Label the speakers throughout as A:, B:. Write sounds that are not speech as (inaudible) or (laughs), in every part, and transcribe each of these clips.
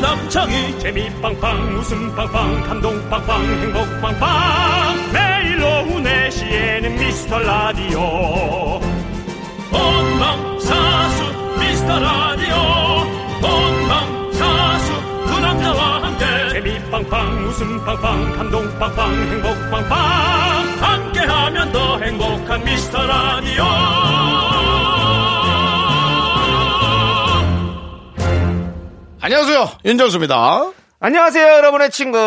A: 빵빵이 재미 빵빵 웃음 빵빵 감동 빵빵 행복 빵빵 매일 오후 4시에는 미스터 라디오 본방사수 미스터 라디오 본방사수 두 남자와 함께 재미 빵빵 웃음 빵빵 감동 빵빵 행복 빵빵 함께하면 더 행복한 미스터 라디오
B: 안녕하세요. 윤정수입니다.
C: 안녕하세요, 여러분의 친구.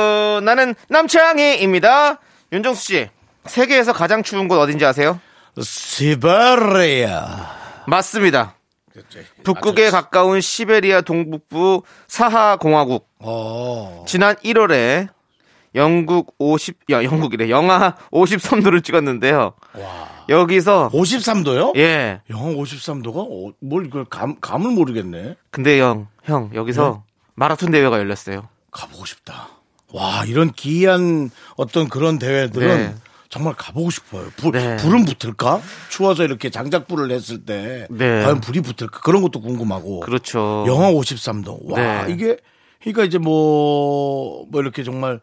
C: 나는 남창희입니다. 윤정수 씨, 세계에서 가장 추운 곳 어딘지 아세요?
B: 시베리아.
C: 맞습니다.
B: 그렇죠.
C: 북극에 가까운 시베리아 동북부 사하공화국.
B: 어.
C: 지난 1월에 영국 50, 야, 영국이래. 영하 53도를 찍었는데요. 여기서,
B: 53도요?
C: 예.
B: 영하 53도가 어, 뭘 그걸 감, 감을 모르겠네.
C: 근데 형, 형, 여기서
B: 예?
C: 마라톤 대회가 열렸어요.
B: 가보고 싶다. 와, 이런 기이한 어떤 그런 대회들은
C: 네.
B: 정말 가보고 싶어요. 불,
C: 네.
B: 불은 붙을까? 추워서 이렇게 장작불을 했을 때
C: 네.
B: 과연 불이 붙을까? 그런 것도 궁금하고.
C: 그렇죠.
B: 영하 53도. 와,
C: 네.
B: 이게 그러니까 이제 뭐, 뭐 이렇게 정말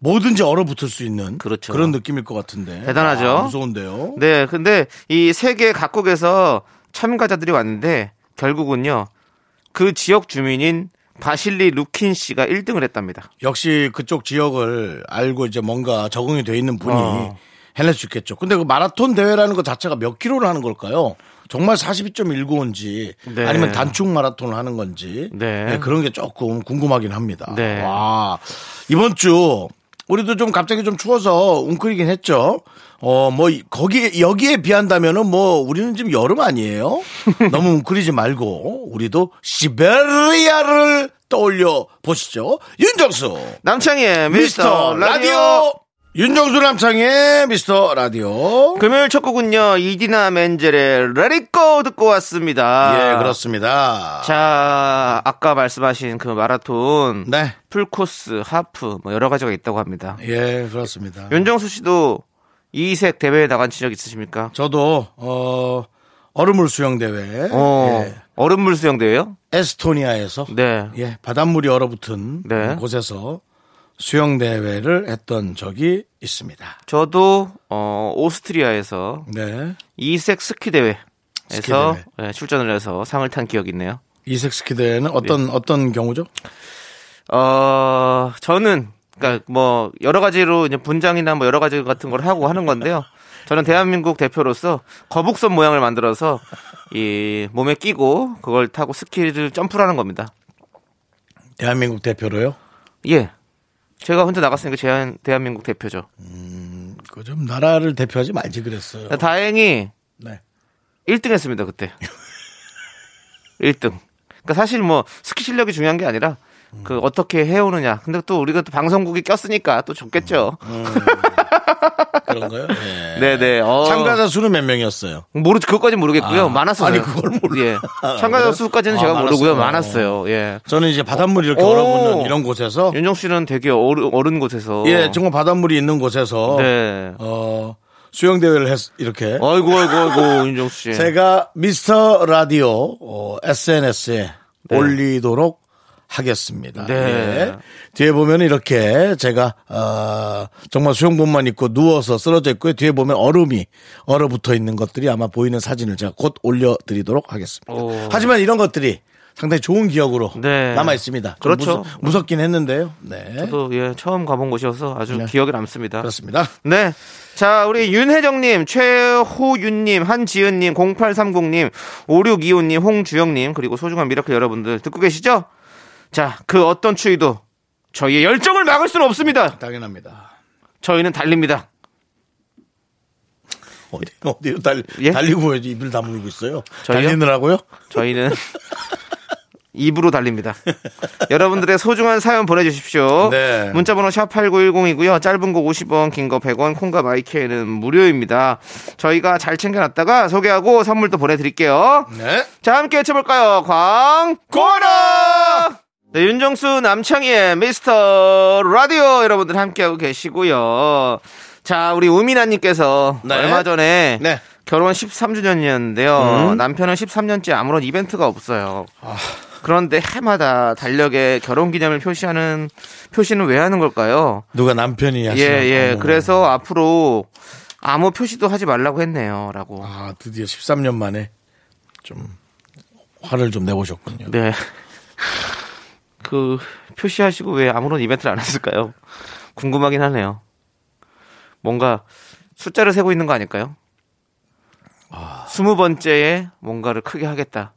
B: 뭐든지 얼어붙을 수 있는
C: 그렇죠.
B: 런 느낌일 것 같은데.
C: 대단하죠?
B: 아, 무서운데요.
C: 네, 근데 이 세계 각국에서 참가자들이 왔는데 결국은요 그 지역 주민인 바실리 루킨 씨가 1등을 했답니다.
B: 역시 그쪽 지역을 알고 이제 뭔가 적응이 돼 있는 분이
C: 어.
B: 해낼 수 있겠죠. 근데 그 마라톤 대회라는 것 자체가 몇 킬로를 하는 걸까요? 정말 42.195인지
C: 네.
B: 아니면 단축 마라톤을 하는 건지
C: 네.
B: 네, 그런 게 조금 궁금하긴 합니다.
C: 네.
B: 와 이번 주 우리도 좀 갑자기 좀 추워서 웅크리긴 했죠. 어 뭐 거기 여기에 비한다면은 뭐 우리는 지금 여름 (laughs) 아니에요? 너무 웅크리지 말고 우리도 시베리아를 떠올려 보시죠. 윤정수
C: 남창희의
B: 미스터 라디오 윤정수 남창의 미스터 라디오
C: 금요일 첫 곡은요 이디나 멘젤의 Let It Go 듣고 왔습니다.
B: 예 그렇습니다.
C: 자 아까 말씀하신 그 마라톤
B: 네.
C: 풀코스 하프 뭐 여러 가지가 있다고 합니다.
B: 예 그렇습니다.
C: 윤정수 씨도 이색 대회에 나간 지적 있으십니까?
B: 저도 어 얼음물 수영 대회
C: 어
B: 예,
C: 얼음물 수영 대회요?
B: 에스토니아에서
C: 네.
B: 예 바닷물이 얼어붙은
C: 네.
B: 곳에서 수영 대회를 했던 적이 있습니다.
C: 저도 어, 오스트리아에서
B: 네
C: 이색 스키 대회에서
B: 스키 대회.
C: 예, 출전을 해서 상을 탄 기억이 있네요.
B: 이색 스키 대회는
C: 예.
B: 어떤 어떤 경우죠?
C: 어, 저는 그러니까 뭐 여러 가지로 이제 분장이나 뭐 여러 가지 같은 걸 하고 하는 건데요. 저는 대한민국 대표로서 거북선 모양을 만들어서 이 몸에 끼고 그걸 타고 스키를 점프를 하는 겁니다.
B: 대한민국 대표로요.
C: 예. 제가 혼자 나갔으니까 제 대한민국 대표죠.
B: 그 좀 나라를 대표하지 말지 그랬어요.
C: 아, 다행히
B: 네.
C: 1등
B: (laughs)
C: 했습니다, 그때. 1등. 그러니까 사실 뭐 스키 실력이 중요한 게 아니라
B: 음.
C: 그 어떻게 해오느냐. 근데 또 우리가 또 방송국이 꼈으니까 또 좋겠죠.
B: 그런가요? 음. 네.
C: 네네. 어,
B: 참가자 수는 몇 명이었어요?
C: 모르 그것까지 모르겠고요.
B: 아,
C: 많았어요.
B: 아니, 그걸 몰라. (laughs)
C: 예. 참가자
B: 그래요?
C: 수까지는
B: 아,
C: 제가 모르고요.
B: 많았어요.
C: 많았어요. 예.
B: 저는 이제 바닷물이 이렇게
C: 어.
B: 얼어붙는 이런 곳에서
C: 윤정 씨는 되게 어른, 어른 곳에서.
B: 예, 정말 바닷물이 있는 곳에서
C: 네. 어.
B: 어, 수영 대회를 했 이렇게
C: 아이고 아이고 아이고 (laughs) 윤정 씨.
B: 제가 미스터 라디오 어, SNS에 올리도록 하겠습니다.
C: 네.
B: 예. 뒤에 보면 이렇게 제가 어, 정말 수영복만 입고 누워서 쓰러져 있고요. 뒤에 보면 얼음이 얼어붙어 있는 것들이 아마 보이는 사진을 제가 곧 올려드리도록 하겠습니다.
C: 오.
B: 하지만 이런 것들이 상당히 좋은 기억으로
C: 네.
B: 남아 있습니다. 좀
C: 그렇죠.
B: 무섭- 무섭긴 했는데요. 네.
C: 저도 예 처음 가본 곳이어서 아주 기억에 남습니다.
B: 그렇습니다.
C: 네. 자, 우리 윤혜정님, 최호윤님, 한지은님, 0830님, 5625님, 홍주영님, 그리고 소중한 미라클 여러분들 듣고 계시죠? 자, 그 어떤 추위도 저희의 열정을 막을 수는 없습니다.
B: 당연합니다.
C: 저희는 달립니다.
B: 어디, 어디로 달,
C: 예?
B: 달리고 입을 다물고 있어요?
C: 저희요?
B: 달리느라고요?
C: 저희는 (laughs) 입으로 달립니다. 여러분들의 소중한 사연 보내주십시오.
B: 네.
C: 문자번호 샵 8910이고요. 짧은 거 50원, 긴 거 100원, 콩과 마이크에는 무료입니다. 저희가 잘 챙겨놨다가 소개하고 선물도 보내드릴게요.
B: 네.
C: 자, 함께 외쳐볼까요? 광고라! 네, 윤정수 남창희의 미스터 라디오 여러분들 함께하고 계시고요. 자, 우리 우미나님께서
B: 네.
C: 얼마 전에
B: 네. 음.
C: 결혼 13주년이었는데요. 남편은 13년째 아무런 이벤트가 없어요. 그런데 해마다 달력에 결혼 기념일 표시하는 표시는 왜 하는 걸까요?
B: 누가 남편이 하시는
C: 예, 예.
B: 거고.
C: 그래서 앞으로 아무 표시도 하지 말라고 했네요. 라고.
B: 아 드디어 13년 만에 좀 화를 좀 내보셨군요.
C: 네. 그 표시하시고 왜 아무런 이벤트를 안 했을까요? 궁금하긴 하네요. 뭔가 숫자를 세고 있는 거 아닐까요? 스무 번째에 뭔가를 크게 하겠다.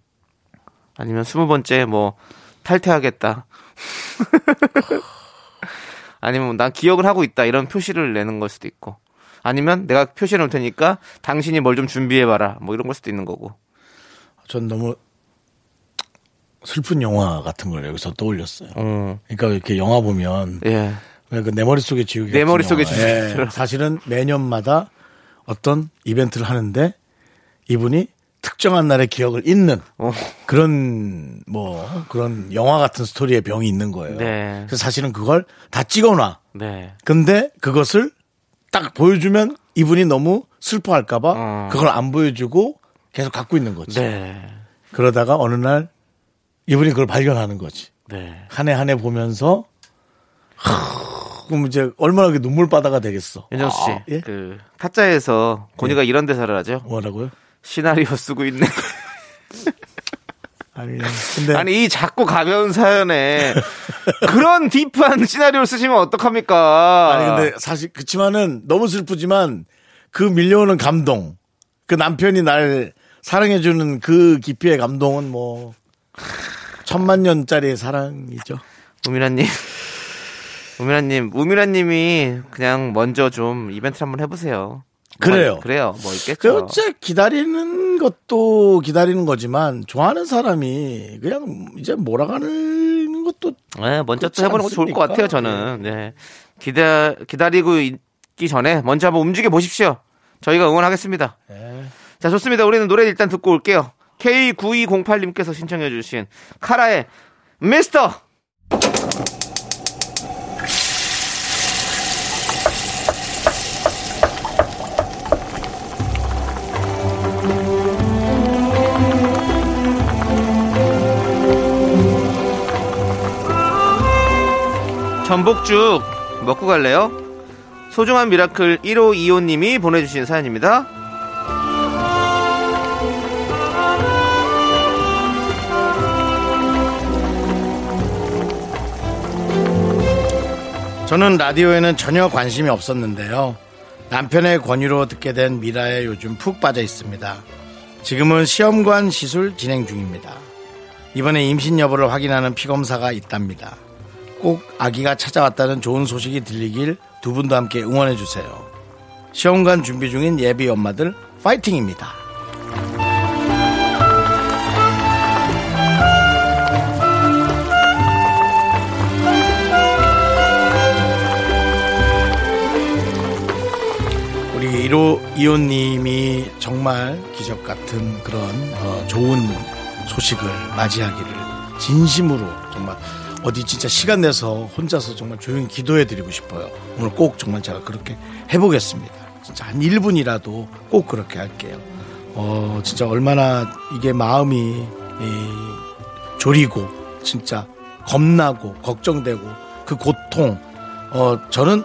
C: 아니면 스무 번째에 뭐 탈퇴하겠다. (laughs) 아니면 난 기억을 하고 있다 이런 표시를 내는 걸 수도 있고. 아니면 내가 표시해 놓을 테니까 당신이 뭘 좀 준비해 봐라. 뭐 이런 걸 수도 있는 거고.
B: 전 너무 슬픈 영화 같은 걸 여기서 떠올렸어요.
C: 어.
B: 그러니까 이렇게 영화 보면
C: 예.
B: 그냥 그내 머릿속에 지우개.
C: 내
B: 같은
C: 머릿속에
B: 영화.
C: 지우개처럼.
B: 예, 사실은 매년마다 어떤 이벤트를 하는데 이분이 특정한 날의 기억을 잊는
C: 어.
B: 그런 뭐 그런 영화 같은 스토리의 병이 있는 거예요.
C: 네.
B: 그래서 사실은 그걸 다 찍어놔.
C: 네.
B: 근데 그것을 딱 보여주면 이분이 너무 슬퍼할까봐
C: 어.
B: 그걸 안 보여주고 계속 갖고 있는 거지.
C: 네.
B: 그러다가 어느 날 이분이 그걸 발견하는 거지.
C: 네.
B: 한 해 한 해 보면서 하, 그럼 이제 얼마나 그 눈물바다가 되겠어.
C: 윤정수 씨,
B: 아, 예?
C: 그 타짜에서 고니가 이런 대사를 하죠.
B: 뭐라고요?
C: 시나리오
B: (laughs)
C: 쓰고 있네.
B: 아니 (laughs) 근데
C: 아니 이 작고 가벼운 사연에 그런 딥한 시나리오를 쓰시면 어떡합니까?
B: 아니, 근데 사실 그치만은 너무 슬프지만 그 밀려오는 감동, 그 남편이 날 사랑해주는 그 깊이의 감동은 뭐 천만 년짜리의 사랑이죠.
C: 우미라님, 우미라님, 우미라님이 그냥 먼저 좀 이벤트 를 한번 해보세요.
B: 그래요.
C: 뭐, 그래요. 뭐
B: 그
C: 있겠죠.
B: 이제 기다리는 것도 기다리는 거지만 좋아하는 사람이 그냥 이제 몰아가는 것도
C: 네, 먼저
B: 그렇지
C: 또 해보는 것도 좋을 것
B: 않습니까?
C: 같아요. 저는 네. 기다 기다리고 있기 전에 먼저 한번 움직여 보십시오. 저희가 응원하겠습니다.
B: 네.
C: 자, 좋습니다. 우리는 노래 일단 듣고 올게요. K9208님께서 신청해주신 카라의 미스터! 전복죽 먹고 갈래요? 소중한 미라클 1525님이 보내주신 사연입니다.
B: 저는 라디오에는 전혀 관심이 없었는데요. 남편의 권유로 듣게 된 미라에 요즘 푹 빠져 있습니다. 지금은 시험관 시술 진행 중입니다. 이번에 임신 여부를 확인하는 피검사가 있답니다. 꼭 아기가 찾아왔다는 좋은 소식이 들리길 두 분도 함께 응원해 주세요. 시험관 준비 중인 예비 엄마들 파이팅입니다. 우리 1호 이호님이 정말 기적 같은 그런 어, 좋은 소식을 맞이하기를 진심으로 정말 어디 진짜 시간 내서 혼자서 정말 조용히 기도해 드리고 싶어요. 오늘 꼭 정말 제가 그렇게 해보겠습니다. 진짜 한 1분이라도 꼭 그렇게 할게요. 어, 진짜 얼마나 이게 마음이 이, 졸이고 진짜 겁나고 걱정되고 그 고통 어 저는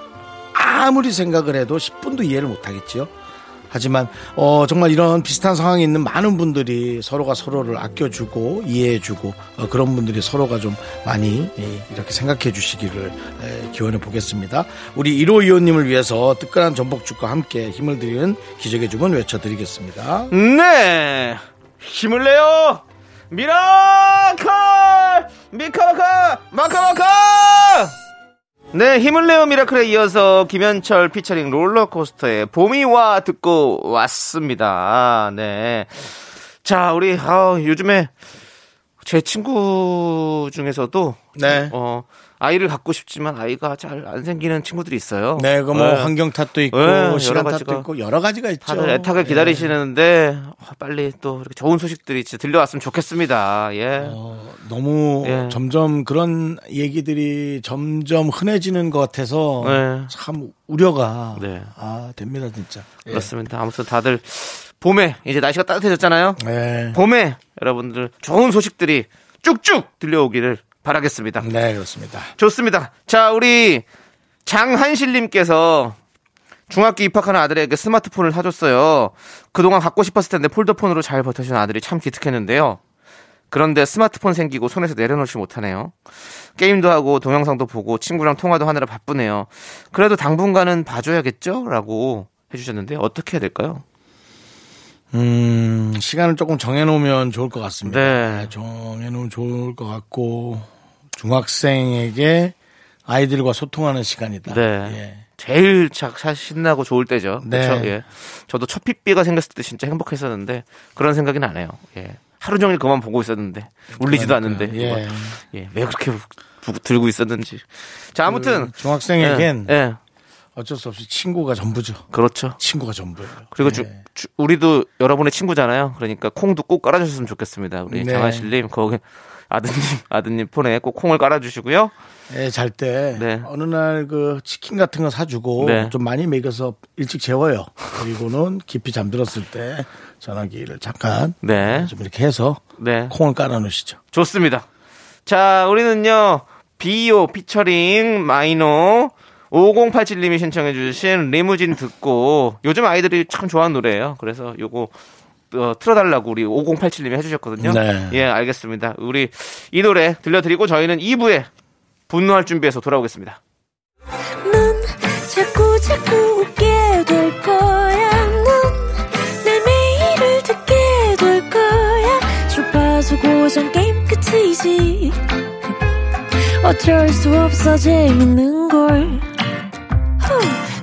B: 아무리 생각을 해도 10분도 이해를 못 하겠지요. 하지만 어 정말 이런 비슷한 상황에 있는 많은 분들이 서로가 서로를 아껴주고 이해해주고 어, 그런 분들이 서로가 좀 많이 예, 이렇게 생각해 주시기를 예, 기원해 보겠습니다. 우리 1호 이호님을 위해서 뜨끈한 전복죽과 함께 힘을 드리는 기적의 주문 외쳐드리겠습니다.
C: 네 힘을 내요 미라클 미카마카 마카마카 네 힘을 내요 미라클에 이어서 김현철 피처링 롤러코스터의 봄이와 듣고 왔습니다 네자 우리 아, 요즘에 제 친구 중에서도
B: 네.
C: 어 아이를 갖고 싶지만 아이가 잘 안 생기는 친구들이 있어요
B: 네, 그뭐 환경 탓도 있고
C: 네,
B: 시간
C: 여러
B: 탓도
C: 가지가.
B: 있고 여러 가지가 있죠.
C: 다들 애타게
B: 예.
C: 기다리시는데 아, 빨리 또 이렇게 좋은 소식들이 진짜 들려왔으면 좋겠습니다. 예.
B: 어, 너무
C: 예.
B: 점점 그런 얘기들이 점점 흔해지는 것 같아서
C: 네.
B: 참 우려가
C: 네.
B: 아 됩니다 진짜. 예.
C: 그렇습니다. 아무튼 다들 봄에 이제 날씨가 따뜻해졌잖아요.
B: 네.
C: 봄에 여러분들 좋은 소식들이 쭉쭉 들려오기를 바라겠습니다.
B: 네, 그렇습니다.
C: 좋습니다. 자, 우리 장한실님께서 중학교 입학하는 아들에게 스마트폰을 사줬어요. 그동안 갖고 싶었을 텐데 폴더폰으로 잘 버텨준 아들이 참 기특했는데요. 그런데 스마트폰 생기고 손에서 내려놓지 못하네요. 게임도 하고 동영상도 보고 친구랑 통화도 하느라 바쁘네요. 그래도 당분간은 봐줘야겠죠? 라고 해주셨는데 어떻게 해야 될까요?
B: 음, 시간을 조금 정해놓으면 좋을 것 같습니다.
C: 네.
B: 정해놓으면 좋을 것 같고, 중학생에게 아이들과 소통하는 시간이다. 예.
C: 네. 제일 착 사- 신나고 좋을 때죠.
B: 네.
C: 그렇죠? 예. 저도 첫 핏비가 생겼을 때 진짜 행복했었는데 그런 생각이 나네요. 예. 하루 종일 그만 보고 있었는데 울리지도
B: 그러니까요.
C: 않는데
B: 예.
C: 그만. 예. 왜 그렇게 부- 부- 들고 있었는지. 자 아무튼
B: 그 중학생에겐
C: 예. 예.
B: 어쩔 수 없이 친구가 전부죠.
C: 그렇죠.
B: 친구가 전부예요.
C: 그리고
B: 예.
C: 주- 주- 우리도 여러분의 친구잖아요. 그러니까 콩도 꼭 깔아주셨으면 좋겠습니다. 우리
B: 네.
C: 장하실님 거기 아드님 아드님 폰에 꼭 콩을 깔아주시고요.
B: 예, 잘 때
C: 네.
B: 어느 날 그 치킨 같은 거 사주고
C: 네.
B: 좀 많이 먹여서 일찍 재워요. 그리고는 깊이 잠들었을 때 전화기를 잠깐
C: 네.
B: 좀 이렇게 해서
C: 네.
B: 콩을 깔아 놓으시죠.
C: 좋습니다. 자, 우리는요, 비오 피처링 마이노 5087님이 신청해주신 리무진 듣고, 요즘 아이들이 참 좋아하는 노래예요. 그래서 요거, 어, 틀어달라고 우리 5087님이 해주셨거든요.
B: 네.
C: 예, 알겠습니다. 우리 이 노래 들려드리고 저희는 2부에 분노할 준비해서 돌아오겠습니다.
D: 넌 자꾸 자꾸 웃게 될 거야. 넌내 매일을 듣게 될 거야. 주파수 고정 게임 끝이지. 어쩔 수 없어 재밌는 걸. 후.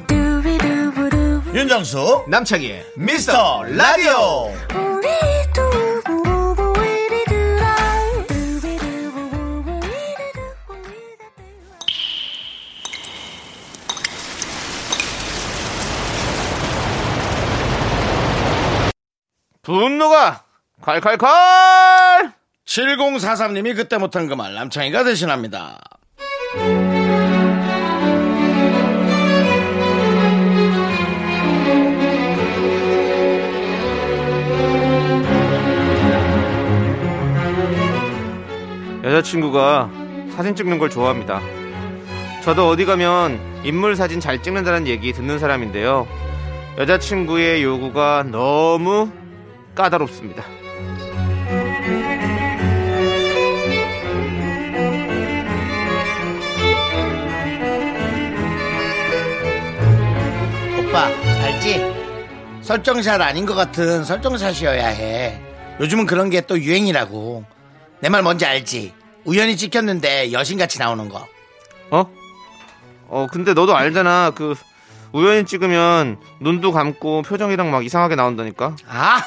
D: 두비두부두.
B: 윤정수
C: 남창희의
B: 미스터 라디오
D: 우리 두부부부 우리 두라. 두비두부부부 우리 두부 우리 두부.
C: 분노가 칼칼칼!
B: 7043님이 그때 못한 그 말 남창희가 대신합니다.
C: 여자친구가 사진 찍는 걸 좋아합니다. 저도 어디 가면 인물 사진 잘 찍는다는 얘기 듣는 사람인데요. 여자친구의 요구가 너무 까다롭습니다.
B: 오빠 알지? 설정샷 아닌 것 같은 설정샷이어야 해. 요즘은 그런 게 또 유행이라고. 내 말 뭔지 알지? 우연히 찍혔는데 여신같이 나오는 거.
C: 어? 어, 근데 너도 알잖아. 그 우연히 찍으면 눈도 감고 표정이랑 막 이상하게 나온다니까.
B: 아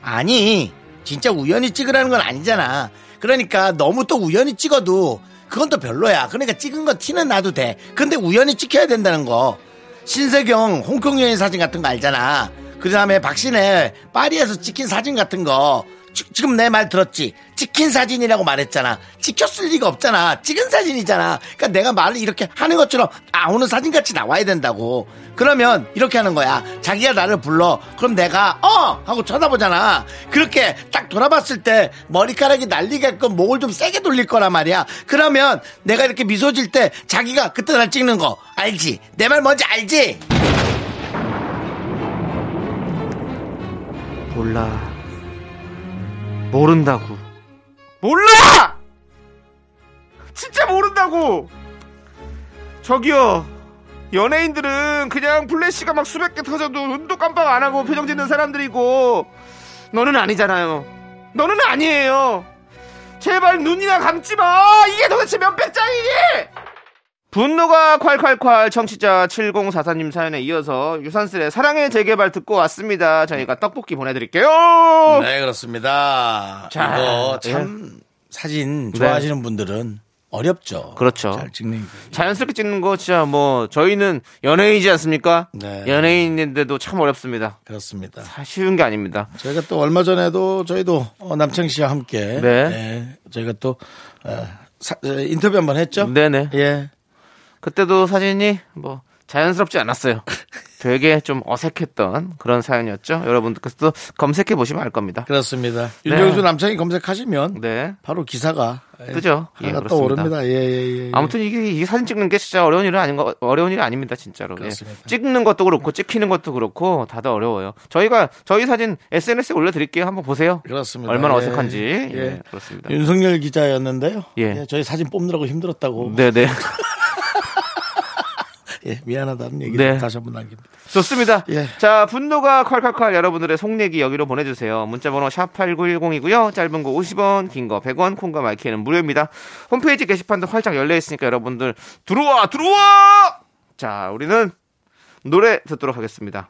B: 아니 진짜 우연히 찍으라는 건 아니잖아. 그러니까 너무 또 우연히 찍어도 그건 또 별로야. 그러니까 찍은 거 티는 나도 돼. 근데 우연히 찍혀야 된다는 거. 신세경 홍콩 여행 사진 같은 거 알잖아. 그 다음에 박신혜 파리에서 찍힌 사진 같은 거. 지- 지금 내 말 들었지? 찍힌 사진이라고 말했잖아. 찍혔을 리가 없잖아. 찍은 사진이잖아. 그러니까 내가 말을 이렇게 하는 것처럼 나오는 사진같이 나와야 된다고. 그러면 이렇게 하는 거야. 자기가 나를 불러. 그럼 내가 어 하고 쳐다보잖아. 그렇게 딱 돌아봤을 때 머리카락이 날리게끔 목을 좀 세게 돌릴 거란 말이야. 그러면 내가 이렇게 미소 질 때 자기가 그때 날 찍는 거 알지? 내 말 뭔지 알지?
C: 몰라. 모른다고. 몰라! 진짜 모른다고! 저기요. 연예인들은 그냥 플래시가 막 수백 개 터져도 눈도 깜빡 안 하고 표정 짓는 사람들이고, 너는 아니잖아요. 너는 아니에요. 제발 눈이나 감지 마! 이게 도대체 몇백 장이니! 분노가 콸콸콸 청취자 7044님 사연에 이어서 유산슬의 사랑의 재개발 듣고 왔습니다. 저희가 떡볶이 보내드릴게요.
B: 네 그렇습니다.
C: 어. 자, 예. 네.
B: 이거 참 사진 좋아하시는 분들은 어렵죠.
C: 그렇죠.
B: 잘 찍는 게.
C: 자연스럽게 찍는 거 진짜 뭐 저희는 연예인이지 않습니까?
B: 네.
C: 연예인인데도 참 어렵습니다.
B: 그렇습니다.
C: 다 쉬운 게 아닙니다.
B: 저희가 또 얼마 전에도 저희도 어, 남창 씨와 함께
C: 네.
B: 예, 저희가 또 어, 사- 어, 인터뷰 한번 했죠.
C: 네네.
B: 예. (laughs)
C: 그때도 사진이 뭐 자연스럽지 않았어요. 되게 좀 어색했던 그런 사연이었죠. 여러분들께서도 검색해 보시면 알 겁니다.
B: 그렇습니다. 윤정수 남창이 검색하시면
C: 네.
B: 바로 기사가
C: 뜨죠? 예,
B: 하나
C: 네. 그렇습니다.
B: 떠오릅니다. 예, 예, 예.
C: 아무튼 이게, 이 사진 찍는 게 진짜 어려운 일은 아닌 거 어려운 일이 아닙니다 진짜로. 예.
B: 그렇습니다.
C: 찍는 것도 그렇고 찍히는 것도 그렇고 다들 어려워요. 저희가 저희 사진 SNS에 올려드릴게요. 한번 보세요.
B: 그렇습니다.
C: 얼마나
B: 예.
C: 어색한지 예,
B: 예.
C: 그렇습니다.
B: 윤석열 기자였는데요.
C: 예.
B: 예, 저희 사진 뽑느라고 힘들었다고.
C: 네네
B: 예, 미안하다는 얘기
C: 네.
B: 를 다시 한번 남깁니다.
C: 좋습니다.
B: 예.
C: 자 분노가 콸콸콸 여러분들의 속내기 여기로 보내주세요. 문자번호 샵 #8910이고요. 짧은 거 50원, 긴 거 100원, 콩과 마이키는 무료입니다. 홈페이지 게시판도 활짝 열려 있으니까 여러분들 들어와 들어와. 자 우리는 노래 듣도록 하겠습니다.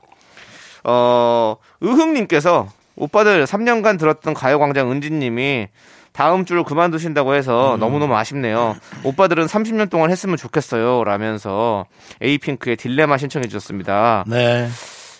C: 어, 의흥님께서 오빠들 3년간 들었던 가요광장 은지님이 다음 주로 그만두신다고 해서 너무너무 아쉽네요. 오빠들은 30년 동안 했으면 좋겠어요. 라면서 에이핑크의 딜레마 신청해 주셨습니다.
B: 네.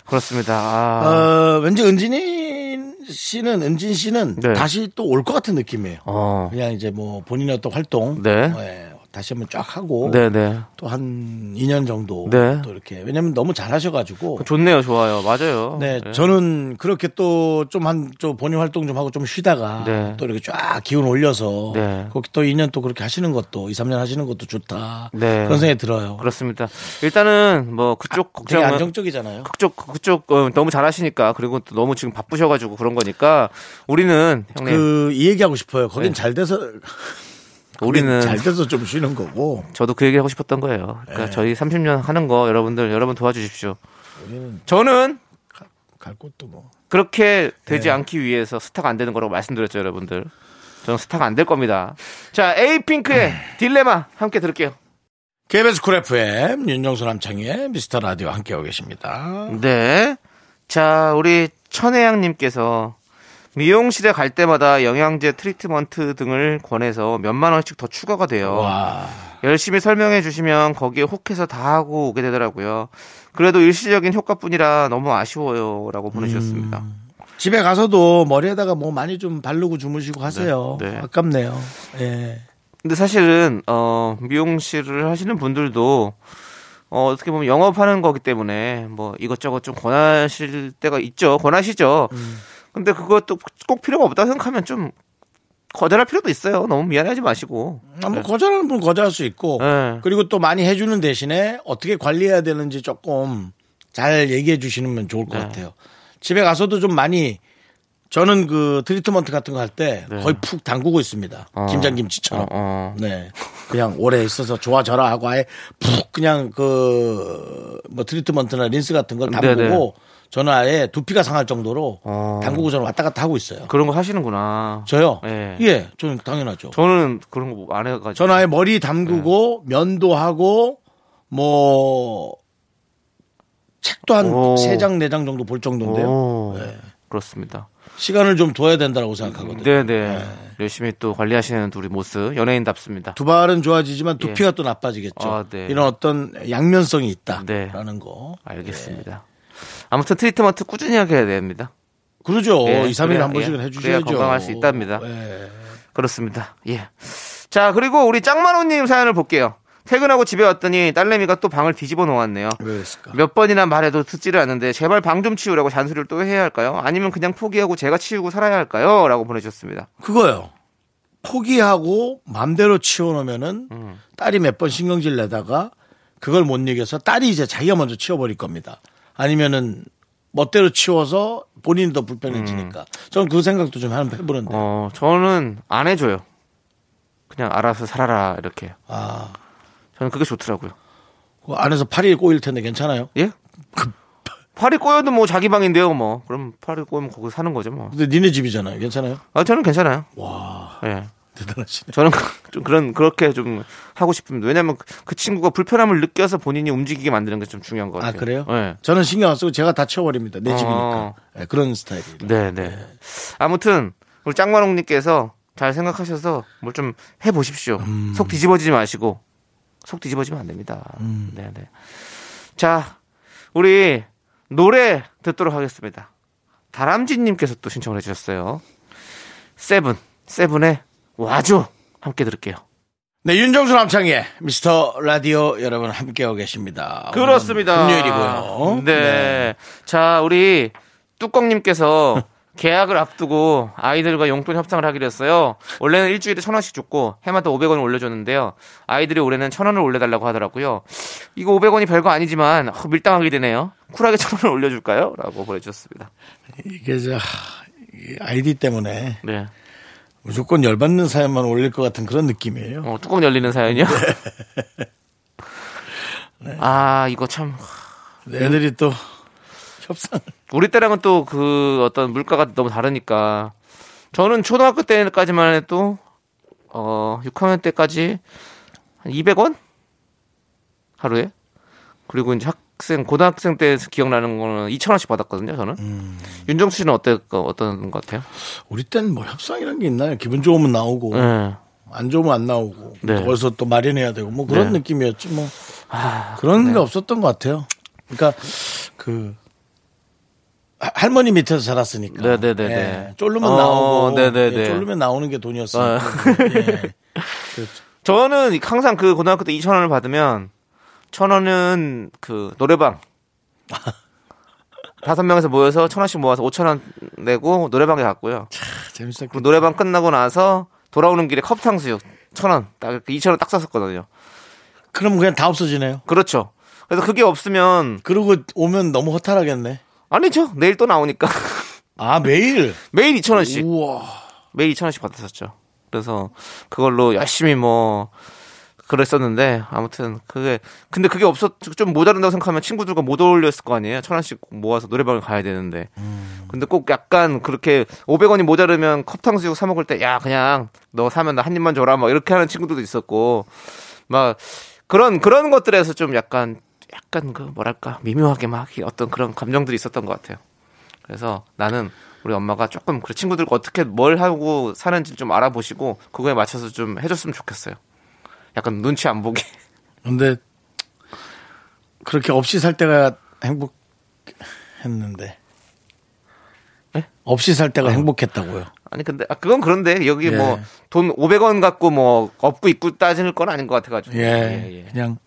C: 그렇습니다. 아,
B: 어, 왠지 은진이 씨는, 은진 씨는
C: 네.
B: 다시 또 올 것 같은 느낌이에요.
C: 어.
B: 그냥 이제 뭐 본인의 어떤 활동.
C: 네.
B: 예, 다시 한번 쫙 하고.
C: 네네.
B: 또 한 2년 정도.
C: 네.
B: 또 이렇게. 왜냐면 너무 잘 하셔가지고.
C: 어. 좋네요. 좋아요. 맞아요.
B: 네, 저는 그렇게 또 좀 한 좀 본인 활동 좀 하고 좀 쉬다가
C: 네.
B: 또 이렇게 쫙 기운 올려서
C: 네.
B: 거기 또 2년 또 그렇게 하시는 것도 2, 3년 하시는 것도 좋다.
C: 네.
B: 그런 생각이 들어요.
C: 그렇습니다. 일단은 뭐 그쪽
B: 되게
C: 걱정은
B: 안정적이잖아요.
C: 그쪽 그쪽 어, 너무 잘하시니까 그리고 또 너무 지금 바쁘셔가지고 그런 거니까 우리는 형님
B: 그 이 얘기하고 싶어요. 거긴
C: 네.
B: 잘 돼서
C: 우리는
B: (laughs) 잘 돼서 좀 쉬는 거고
C: 저도 그 얘기하고 싶었던 거예요. 그러니까 저희 30년 하는 거 여러분들 여러분 도와주십시오. 저는
B: 갈 곳도 뭐.
C: 그렇게 되지 않기 위해서 스타가 안 되는 거라고 말씀드렸죠, 여러분들. 저는 스타가 안 될 겁니다. 자, 에이핑크의 딜레마 함께 들을게요.
B: KBS 쿨 FM 윤정수 남창희의 미스터 라디오 함께하고 계십니다.
C: 네. 자, 우리 천혜양님께서 미용실에 갈 때마다 영양제 트리트먼트 등을 권해서 몇만 원씩 더 추가가 돼요.
B: 와
C: 열심히 설명해 주시면 거기에 혹해서 다 하고 오게 되더라고요. 그래도 일시적인 효과뿐이라 너무 아쉬워요라고 보내주셨습니다.
B: 집에 가서도 머리에다가 뭐 많이 좀 바르고 주무시고 하세요.
C: 네, 네.
B: 아깝네요. 예.
C: 근데 사실은 어 미용실을 하시는 분들도 어, 어떻게 보면 영업하는 거기 때문에 뭐 이것저것 좀 권하실 때가 있죠. 권하시죠.
B: 음.
C: 근데 그것도 꼭 필요가 없다고 생각하면 좀 거절할 필요도 있어요. 너무 미안해하지 마시고.
B: 아, 뭐 거절하는 분 거절할 수 있고
C: 네.
B: 그리고 또 많이 해주는 대신에 어떻게 관리해야 되는지 조금 잘 얘기해 주시면 좋을 것
C: 네.
B: 같아요. 집에 가서도 좀 많이 저는 그 트리트먼트 같은 거 할 때 거의 푹 담그고 있습니다.
C: 어.
B: 김장김치처럼.
C: 네. 어, 어.
B: 네. 그냥 오래 있어서 좋아져라 하고 아예 푹 그냥 그 뭐 트리트먼트나 린스 같은 걸 담그고
C: 네네.
B: 저는 아예 두피가 상할 정도로
C: 어.
B: 담그고 저는 왔다 갔다 하고 있어요.
C: 그런 거 하시는구나.
B: 저요?
C: 예.
B: 예. 저는 당연하죠.
C: 저는 그런 거 안 해가지고.
B: 전화에 머리 담그고
C: 네.
B: 면도 하고 뭐 책도 한
C: 오.
B: 세 장 네 장 정도 볼 정도인데요. 예. 네.
C: 오, 그렇습니다.
B: 시간을 좀 둬야 된다고 생각하거든요.
C: 네네. 열심히 또 관리하시는 우리 모습 연예인답습니다.
B: 두발은 좋아지지만 두피가 또 나빠지겠죠.
C: 예. 아, 네.
B: 이런 어떤 양면성이
C: 네.
B: 있다라는 거.
C: 알겠습니다.
B: 네.
C: 아무튼 트리트먼트 꾸준히 하게 해야 됩니다.
B: 그러죠.
C: 예,
B: 이 2, 3일에 한
C: 그래야,
B: 번씩은
C: 예,
B: 해주셔야죠.
C: 그래야 건강할 수 있답니다.
B: 예.
C: 그렇습니다. 예. 자, 그리고 우리 짱만호님 사연을 볼게요. 퇴근하고 집에 왔더니 딸내미가 또 방을 뒤집어 놓았네요.
B: 왜 그랬을까?
C: 몇 번이나 말해도 듣지를 않는데 제발 방 좀 치우라고 잔소리를 또 해야 할까요? 아니면 그냥 포기하고 제가 치우고 살아야 할까요? 라고 보내주셨습니다.
B: 그거요. 포기하고 맘대로 치워놓으면은
C: 음.
B: 딸이 몇 번 신경질 내다가 그걸 못 이겨서 딸이 이제 자기가 먼저 치워버릴 겁니다. 아니면은 멋대로 치워서 본인이 더 불편해지니까. 저는 그 생각도 좀 하는 해보는데.
C: 음. 어, 저는 안 해줘요. 그냥 알아서 살아라 이렇게.
B: 아,
C: 저는 그게 좋더라고요.
B: 그 안에서 팔이 꼬일 텐데 괜찮아요?
C: 예? 팔이 꼬여도 뭐 자기 방인데요, 뭐. 그럼 팔이 꼬이면 거기 사는 거죠, 뭐.
B: 근데 니네 집이잖아요. 괜찮아요?
C: 아, 저는 괜찮아요.
B: 와,
C: 예.
B: (laughs) 대단하시네.
C: 저는 (laughs) 좀 그런 그렇게 좀 하고 싶습니다. 왜냐하면 그- 그 친구가 불편함을 느껴서 본인이 움직이게 만드는 게 좀 중요한 것
B: 아,
C: 같아요.
B: 그래요?
C: 네.
B: 저는 신경 안 쓰고 제가 다 치워버립니다. 내
C: 어.
B: 집이니까. 예, 그런 스타일이에요.
C: 네, 네. 아무튼 우리 짱마롱님께서 잘 생각하셔서 뭘 좀 해보십시오.
B: 음.
C: 속 뒤집어지지 마시고 속 뒤집어지면 안 됩니다.
B: 음.
C: 네, 네. 자, 우리 노래 듣도록 하겠습니다. 다람쥐님께서 또 신청을 해주셨어요. 세븐, 세븐의 와줘 함께 들을게요.
B: 네, 윤정수 남창의 미스터 라디오 여러분 함께하고 계십니다. 오늘은
C: 아, 그렇습니다.
B: 금요일이고요.
C: 네. 자, 우리 (laughs) 뚜껑님께서 계약을 앞두고 아이들과 용돈 협상을 하기로 했어요. 원래는 일주일에 천 원씩 줬고 해마다 500원을 올려줬는데요. 아이들이 올해는 천 원을 올려달라고 하더라고요. 이거 500원이 별거 아니지만 어, 밀당하게 되네요. 쿨하게 천 원을 올려줄까요? 라고 보내주셨습니다.
B: 이게 저, 하, 이 아이디 때문에
C: 네.
B: 무조건 열받는 사연만 올릴 것 같은 그런 느낌이에요.
C: 어, 뚜껑 열리는 사연이요? (laughs) 아, 이거 참.
B: 애들이 또 협상.
C: 우리 때랑은 또 그 어떤 물가가 너무 다르니까 저는 초등학교 때까지만 해도 어 6학년 때까지 한 200원 하루에 그리고 이제 학생 고등학생 때 기억나는 거는 2,000원씩 받았거든요 저는 윤정수 씨는 어때 그 어떤 것 같아요?
B: 우리 땐 뭐 협상이란 게 있나요? 기분 좋으면 나오고,
C: 네.
B: 안 좋으면 안 나오고,
C: 네.
B: 거기서 또 마련해야 되고, 뭐 그런
C: 네.
B: 느낌이었지 뭐.
C: 아,
B: 그런 게 없었던 것 같아요. 그러니까 그 하- 할머니 밑에서 자랐으니까.
C: 네네네네.
B: 예, 쫄르면
C: 어,
B: 나오고.
C: 네네네.
B: 예, 쫄르면 나오는 게
C: 아,
B: (laughs) 돈이었어요. 예. 그렇죠.
C: 저는 항상 그 고등학교 때 2,000원을 받으면 1,000원은 그 노래방 다섯 명에서 모여서 1,000원씩 모아서 5,000원 내고 노래방에 갔고요.
B: 재밌었고.
C: 그리고 노래방 끝나고 나서 돌아오는 길에 컵탕수육 천 원, 딱그 이렇게 이천 원 딱 샀었거든요.
B: 그럼 그냥 다 없어지네요.
C: 그렇죠. 그래서 그게 없으면
B: 그러고 오면 너무 허탈하겠네.
C: 아니죠. 내일 또 나오니까 (laughs)
B: 아 매일.
C: 매일 이천 원씩,
B: 우와.
C: 매일 이천 원씩 받았었죠. 그래서 그걸로 열심히 뭐 그랬었는데 아무튼 그게 근데 그게 없었 좀 모자른다고 생각하면 친구들과 못 어울렸을 거 아니에요. 천 원씩 모아서 노래방을 가야 되는데. 근데 꼭 약간 그렇게 500원이 모자르면 컵탕수육 사 먹을 때 야 그냥 너 사면 나 한 입만 줘라 막 이렇게 하는 친구들도 있었고 막 그런 그런 것들에서 좀 약간 약간 그 뭐랄까 미묘하게 막 어떤 그런 감정들이 있었던 것 같아요. 그래서 나는 우리 엄마가 조금 그 친구들과 어떻게 뭘 하고 사는지 좀 알아보시고 그거에 맞춰서 좀 해줬으면 좋겠어요. 약간 눈치 안 보게. (laughs)
B: 근데 그렇게 없이 살 때가 행복했는데.
C: 네?
B: 없이 살 때가 행복했다고요.
C: 아니 근데 아, 그건 그런데 여기
B: 예.
C: 뭐 돈 500원 갖고 뭐 업고 입고 따지는 건 아닌 것 같아가지고.
B: 예, 그냥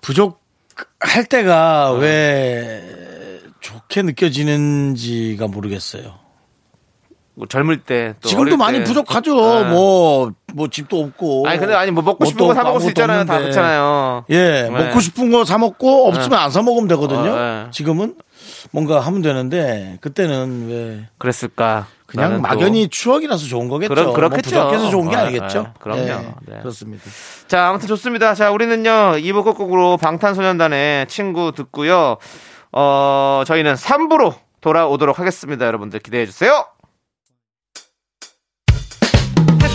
B: 부족할
C: 어.
B: 때가 왜 좋게 느껴지는지가 모르겠어요.
C: 뭐 젊을 때. 또
B: 지금도
C: 어릴
B: 많이
C: 때.
B: 부족하죠.
C: 예.
B: 뭐, 뭐 집도 없고.
C: 아니 근데 아니 뭐 먹고 싶은
B: 옷도
C: 거 사
B: 없고
C: 먹을 수
B: 아무것도
C: 있잖아요. 다
B: 없는데.
C: 그렇잖아요.
B: 예, 먹고 싶은 거 사 먹고 없으면
C: 예.
B: 안 사 먹으면 되거든요.
C: 어, 예.
B: 지금은 뭔가 하면 되는데 그때는 왜
C: 그랬을까.
B: 그냥
C: 나는 또.
B: 막연히 추억이라서 좋은 거겠죠.
C: 그럼- 그렇겠죠.
B: 뭐 부족해서 좋은 게
C: 어,
B: 아니겠죠.
C: 어, 그럼요.
B: 예,
C: 네.
B: 그렇습니다.
C: 자, 아무튼 좋습니다. 자, 우리는요, 2부 끝곡으로 방탄소년단의 친구 듣고요. 어, 저희는 3부로 돌아오도록 하겠습니다. 여러분들 기대해주세요.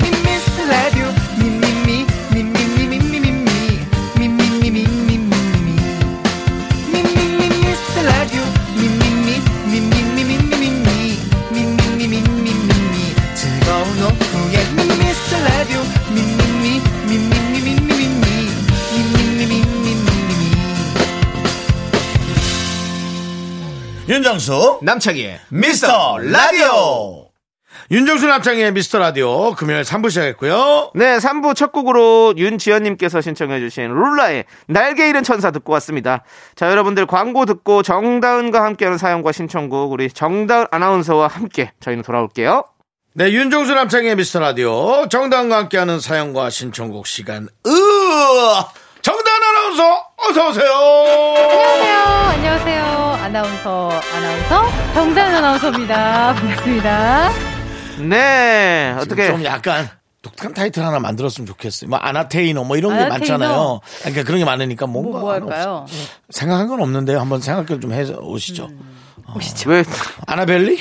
E: 미스터 라디오 미미미 미미미 미미미 미미미 미미미 미미미 미스터 라디오 미미미 미미미 미미미 미미미 미미미 즐거운 오후에 미스터 라디오 미미미 미미미 미미미 미미미 미미미
B: 윤정수 남창희의 미스터 라디오 윤정수 남창희의 미스터 라디오 금요일 3부 시작했고요
C: 네, 3부 첫 곡으로 윤지연님께서 신청해주신 룰라의 날개 잃은 천사 듣고 왔습니다. 자, 여러분들 광고 듣고 정다은과 함께하는 사연과 신청곡, 우리 정다은 아나운서와 함께 저희는 돌아올게요.
B: 네 윤정수 남창희의 미스터 라디오 정다은과 함께하는 사연과 신청곡 시간 으아 정다은 아나운서 어서오세요
F: 안녕하세요. 안녕하세요. 아나운서, 아나운서, 정다은 아나운서입니다. 반갑습니다.
C: 네, 어떻게.
B: 좀 약간 독특한 타이틀 하나 만들었으면 좋겠어요 뭐 아나테이너 뭐 이런 게
F: 아나테이너?
B: 많잖아요 그러니까 그런 게 많으니까 뭔가
F: 뭐, 뭐
B: 하나 없-
F: 할까요?
B: 생각한 건 없는데요 한번 생각을 좀 해오시죠
F: 음.
C: 왜,
B: 아나벨리?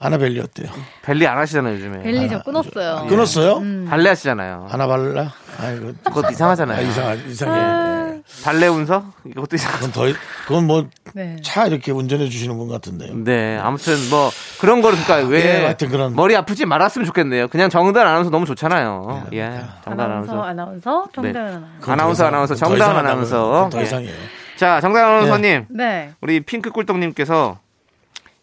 B: 아나벨리 어때요?
F: 음.
C: 벨리 안 하시잖아요, 요즘에.
F: 벨리 저 끊었어요.
B: 예.
F: 음.
B: 끊었어요?
C: 발레 하시잖아요.
B: 하나 발라? 아이고
C: 그것도 이상하잖아요.
B: 이상 이상해.
C: 발레 운서? 이것도 이상.
B: 그건 더, 그건 뭐,
F: 네.
B: 차 이렇게 운전해 주시는 분 같은데요.
C: 네, 아무튼 뭐 그런 거를 그러니까 왜
B: 예, 하여튼 그런-
C: 머리 아프지 말았으면 좋겠네요. 그냥 정다은 아나운서 너무 좋잖아요. 예, 정다은
F: 아나운서,
C: 아나운서.
F: 아나운서, 정다은
C: 네.
F: 아나운서.
B: 네, 그건
C: 아나운서,
B: 더 이상-
C: 아나운서,
B: 그건 더
C: 정다은
B: 이상하다고요.
C: 아나운서.
B: 그건 더 예.
C: 예.
B: 이상해요.
C: 자, 정다은 아나운서님,
F: 네.
C: 우리 핑크 꿀떡님께서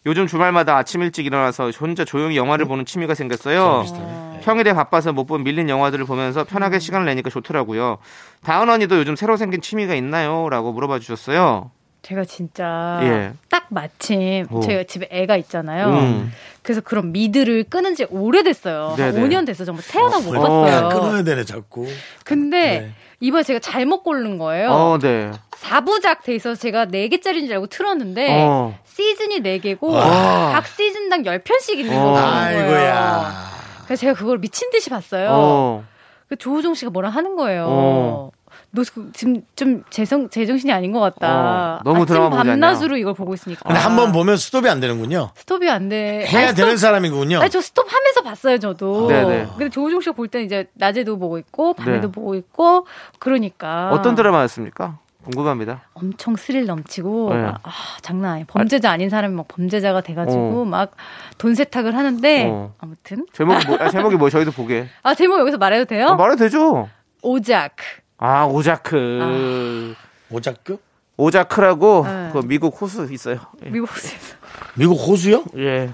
C: 요즘 주말마다 아침 일찍 일어나서 혼자 조용히 영화를 보는 취미가 생겼어요.
B: 예.
C: 평일에 바빠서 못 본 밀린 영화들을 보면서 편하게 시간을 내니까 좋더라고요. 다은 언니도 요즘 새로 생긴 취미가 있나요? 라고 물어봐 주셨어요.
F: 제가 진짜
C: 예.
F: 딱 마침
C: 오.
F: 제가 집에 애가 있잖아요.
C: 음.
F: 그래서 그런 미드를 끄는 지 오래됐어요. 한
C: 네네.
F: 5년 돼서 정말 태어나 못
C: 어.
B: 야,
F: 봤어요.
B: 예, 아, 끊어야 되네, 자꾸.
F: 근데
B: 네.
F: 이번에 제가 잘못 고른 거예요.
C: 어, 네.
F: 사 4부작 돼 있어서 제가 4개짜리인 줄 알고 틀었는데
C: 어.
F: 시즌이 4개고
C: 와.
F: 각 시즌당 10편씩 있는
C: 어.
F: 거예요.
B: 아이고야.
F: 그래서 제가 그걸 미친 듯이 봤어요.
C: 어.
F: 그 조우종 씨가 뭐라 하는 거예요.
C: 어.
F: 너 그- 지금 좀 제정, 제정신이 아닌 것 같다.
C: 어, 너무
F: 아침
C: 드라마 보지 않냐.
F: 밤낮으로 이걸 보고 있으니까.
B: 근데 한 번 보면 스톱이 안 되는군요.
F: 스톱이 안
B: 해야
F: 돼. 아. 네, 아니,
B: 되는
F: 스톱-
B: 사람이군요.
F: 아니, 저 스톱하면서 봤어요, 저도.
C: 네네.
F: 근데 조우종 씨가 볼 때는 이제 낮에도 보고 있고, 밤에도
C: 네.
F: 보고 있고, 그러니까.
C: 어떤 드라마였습니까? 궁금합니다.
F: 엄청 스릴 넘치고,
C: 네.
F: 막, 아, 장난 아니에요. 범죄자 아닌 사람이 막 범죄자가 돼가지고,
C: 어.
F: 막 돈 세탁을 하는데,
C: 어.
F: 아무튼.
C: 제목이 뭐, 아, 제목이 뭐 저희도 보게.
F: 아, 제목 여기서 말해도 돼요?
C: 아, 말해도 되죠?
F: 오작.
C: 아, 오자크.
B: 오작교?
C: 오자크라고
F: 아. 네.
C: 그 미국 호수 있어요.
F: 미국 호수에서. (laughs)
B: 미국 호수요?
C: 예.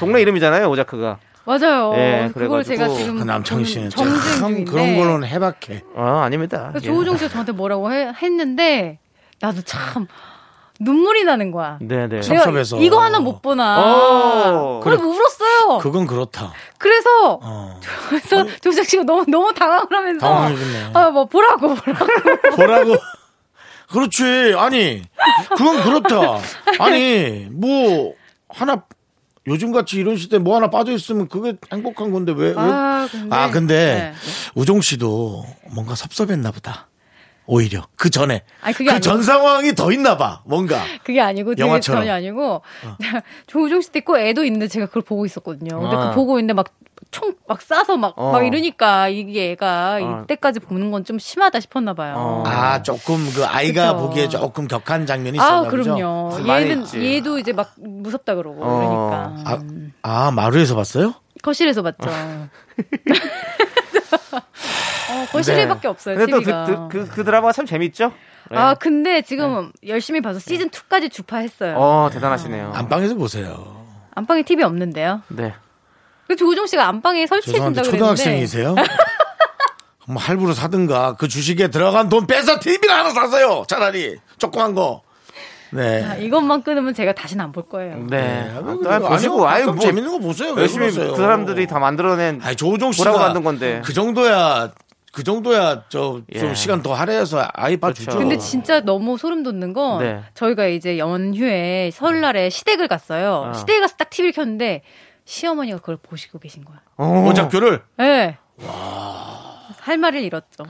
C: 동네 이름이잖아요, 오자크가.
F: 맞아요.
C: 예,
F: 그걸
C: 그래가지고
F: 제가 지금
B: 그 남창희 씨는
F: 저는 음, 정주행
B: 참
F: 중인데
B: 그런 거는 해박해.
C: 아, 아닙니다.
F: 그래서
C: 예.
F: 조우종 씨가 저한테 뭐라고 해- 했는데 나도 참 눈물이 나는 거야.
C: 네네.
B: 참- 음, 섭섭해서.
F: 내가 이거 하나 못 보나.
C: 어.
F: 그래 울었어요.
B: 그건 그렇다.
F: 그... 래서
B: 어.
F: 그래서 조우종 씨가 너무 너무 당황을 하면서
B: 당황했겠네요.
F: 아, 뭐 보라고 보라고.
B: 보라고. (laughs) 그렇지. 아니, 그건 그렇다. 아니, 뭐, 하나, 요즘같이 이런 시대에 뭐 하나 빠져있으면 그게 행복한 건데 왜. 왜-
F: 아, 근데-
B: 아, 근데
F: 네.
B: 우종 씨도 뭔가 섭섭했나 보다. 오히려. 그 전에.
F: 아니, 그게
B: 그 전 상황이 더 있나 봐. 뭔가.
F: 그게 아니고 되게
B: 영화처럼.
F: 전혀 아니고 (laughs) 조우종 씨 때 있고 애도 있는데 제가 그걸 보고 있었거든요. 근데
C: 아.
F: 그 보고 있는데 막 총 막 쏴서 막 막
C: 어.
F: 이러니까 이게 애가
C: 어.
F: 이때까지 보는 건 좀 심하다 싶었나 봐요.
C: 어.
B: 아, 조금 그 아이가
F: 그쵸.
B: 보기에 조금 격한 장면이 있었나
F: 아,
B: 보죠.
F: 그럼요.
C: 많이
F: 얘는
C: 있지.
F: 얘도 이제 막 무섭다 그러고
C: 어.
F: 그러니까
B: 아, 아, 마루에서 봤어요?
F: 거실에서 봤죠. 어, 거실에밖에 없어요.
C: 근데 또
F: TV가.
C: 그, 그, 그, 그 드라마가 참 재밌죠?
F: 아,
C: 예.
F: 근데 지금 열심히 봐서 시즌 2까지 주파했어요.
C: 어, 대단하시네요.
B: 안방에서 보세요.
F: 안방에 TV 없는데요.
C: 네.
F: 그 조우종 씨가 안방에 설치해
B: 죄송한데
F: 준다고 그랬는데 (laughs)
B: 초등학생이세요? 뭐 할부로 사든가 그 주식에 들어간 돈 빼서 TV를 하나 사세요. 차라리 조그만 거. 네.
F: 아, 이것만 끊으면 제가 다시는 안 볼 거예요.
C: 네.
B: 네.
C: 아,
B: 아니,
C: 또 보시고, 아유,
B: 가끔
C: 뭐.
B: 재밌는 거 보세요. 왜
C: 열심히
B: 그러세요?
C: 그 사람들이 다 만들어낸.
B: 아니 조우종 씨가
C: 뭐라고 만든 건데.
B: 그 정도야 그 정도야 저 좀
C: 예.
B: 시간 더 할애해서 아이팟
C: 그렇죠.
B: 주죠.
F: 근데 진짜 너무 소름 돋는 건
C: 네.
F: 저희가 이제 연휴에
B: 음.
F: 설날에 시댁을 갔어요.
B: 아.
C: 어.
F: 시댁에 가서 딱 TV를 켰는데 시어머니가 그걸 보시고 계신 거야.
C: 어.
B: 오작교를
F: 예. 네. 할 말을 잃었죠.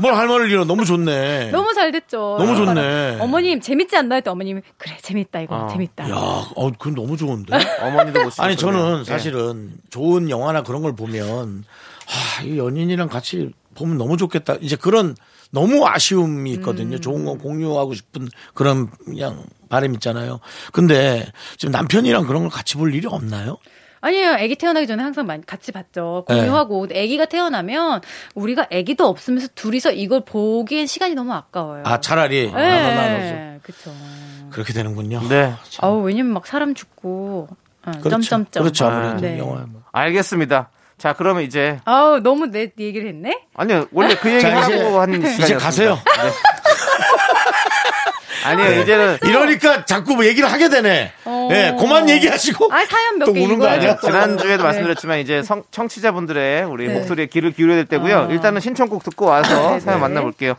B: 뭘 할머니를 잃어 너무 좋네.
F: 너무 잘 됐죠.
B: (laughs) 너무 좋네. 아.
F: 그래서 어머님 재밌지 않나 했더니 어머님이 그래 재밌다 이거
C: 어.
F: 재밌다.
B: 야, 어, 그건 너무 좋은데.
C: 어머니도 못
B: 아니 저는
C: 쓰셨군요. 네.
B: 사실은 좋은 영화나 그런 걸 보면 아, 이 연인이랑 같이 보면 너무 좋겠다. 이제 그런 너무 아쉬움이 있거든요.
F: 음.
B: 좋은 건 공유하고 싶은 그런 그냥 바람 있잖아요. 근데 지금 남편이랑 그런 걸 같이 볼 일이 없나요?
F: 아니에요. 아기 태어나기 전에 항상 많이 같이 봤죠.
B: 네.
F: 공유하고 아기가 태어나면 우리가 아기도 없으면서 둘이서 이걸 보기엔 시간이 너무 아까워요.
B: 아
F: 네.
B: 차라리 나눠 나눠서
F: 예. 그렇죠.
B: 그렇게 되는군요.
C: 예. 네.
F: 아우 왜냐면 막 사람 죽고 어,
B: 그렇죠.
F: 점점점.
B: 그렇죠.
C: 아,
B: 아무래도
F: 네.
B: 영화.
C: 알겠습니다. 자, 그러면 이제
F: 아우 너무 내 얘기를 했네.
C: 아니요 원래 그
B: (laughs)
C: 얘기
B: 자, 이제-
C: 하고 한 시간
B: 이제 가세요.
C: 아니요
B: 네.
C: 이제는
B: 이러니까 자꾸 뭐 얘기를 하게 되네.
F: 어.
B: 예, 그만 얘기하시고.
F: 아 사연 몇
B: 또
F: 개
B: 우는 거 아니야?
F: 읽어야
C: 지난 주에도
F: 네.
C: 말씀드렸지만 이제 성- 청취자분들의 우리
F: 네. 아.
C: 목소리에 귀를 기울여야 될 때고요. 일단은 신청곡 듣고 와서 사연 만나볼게요.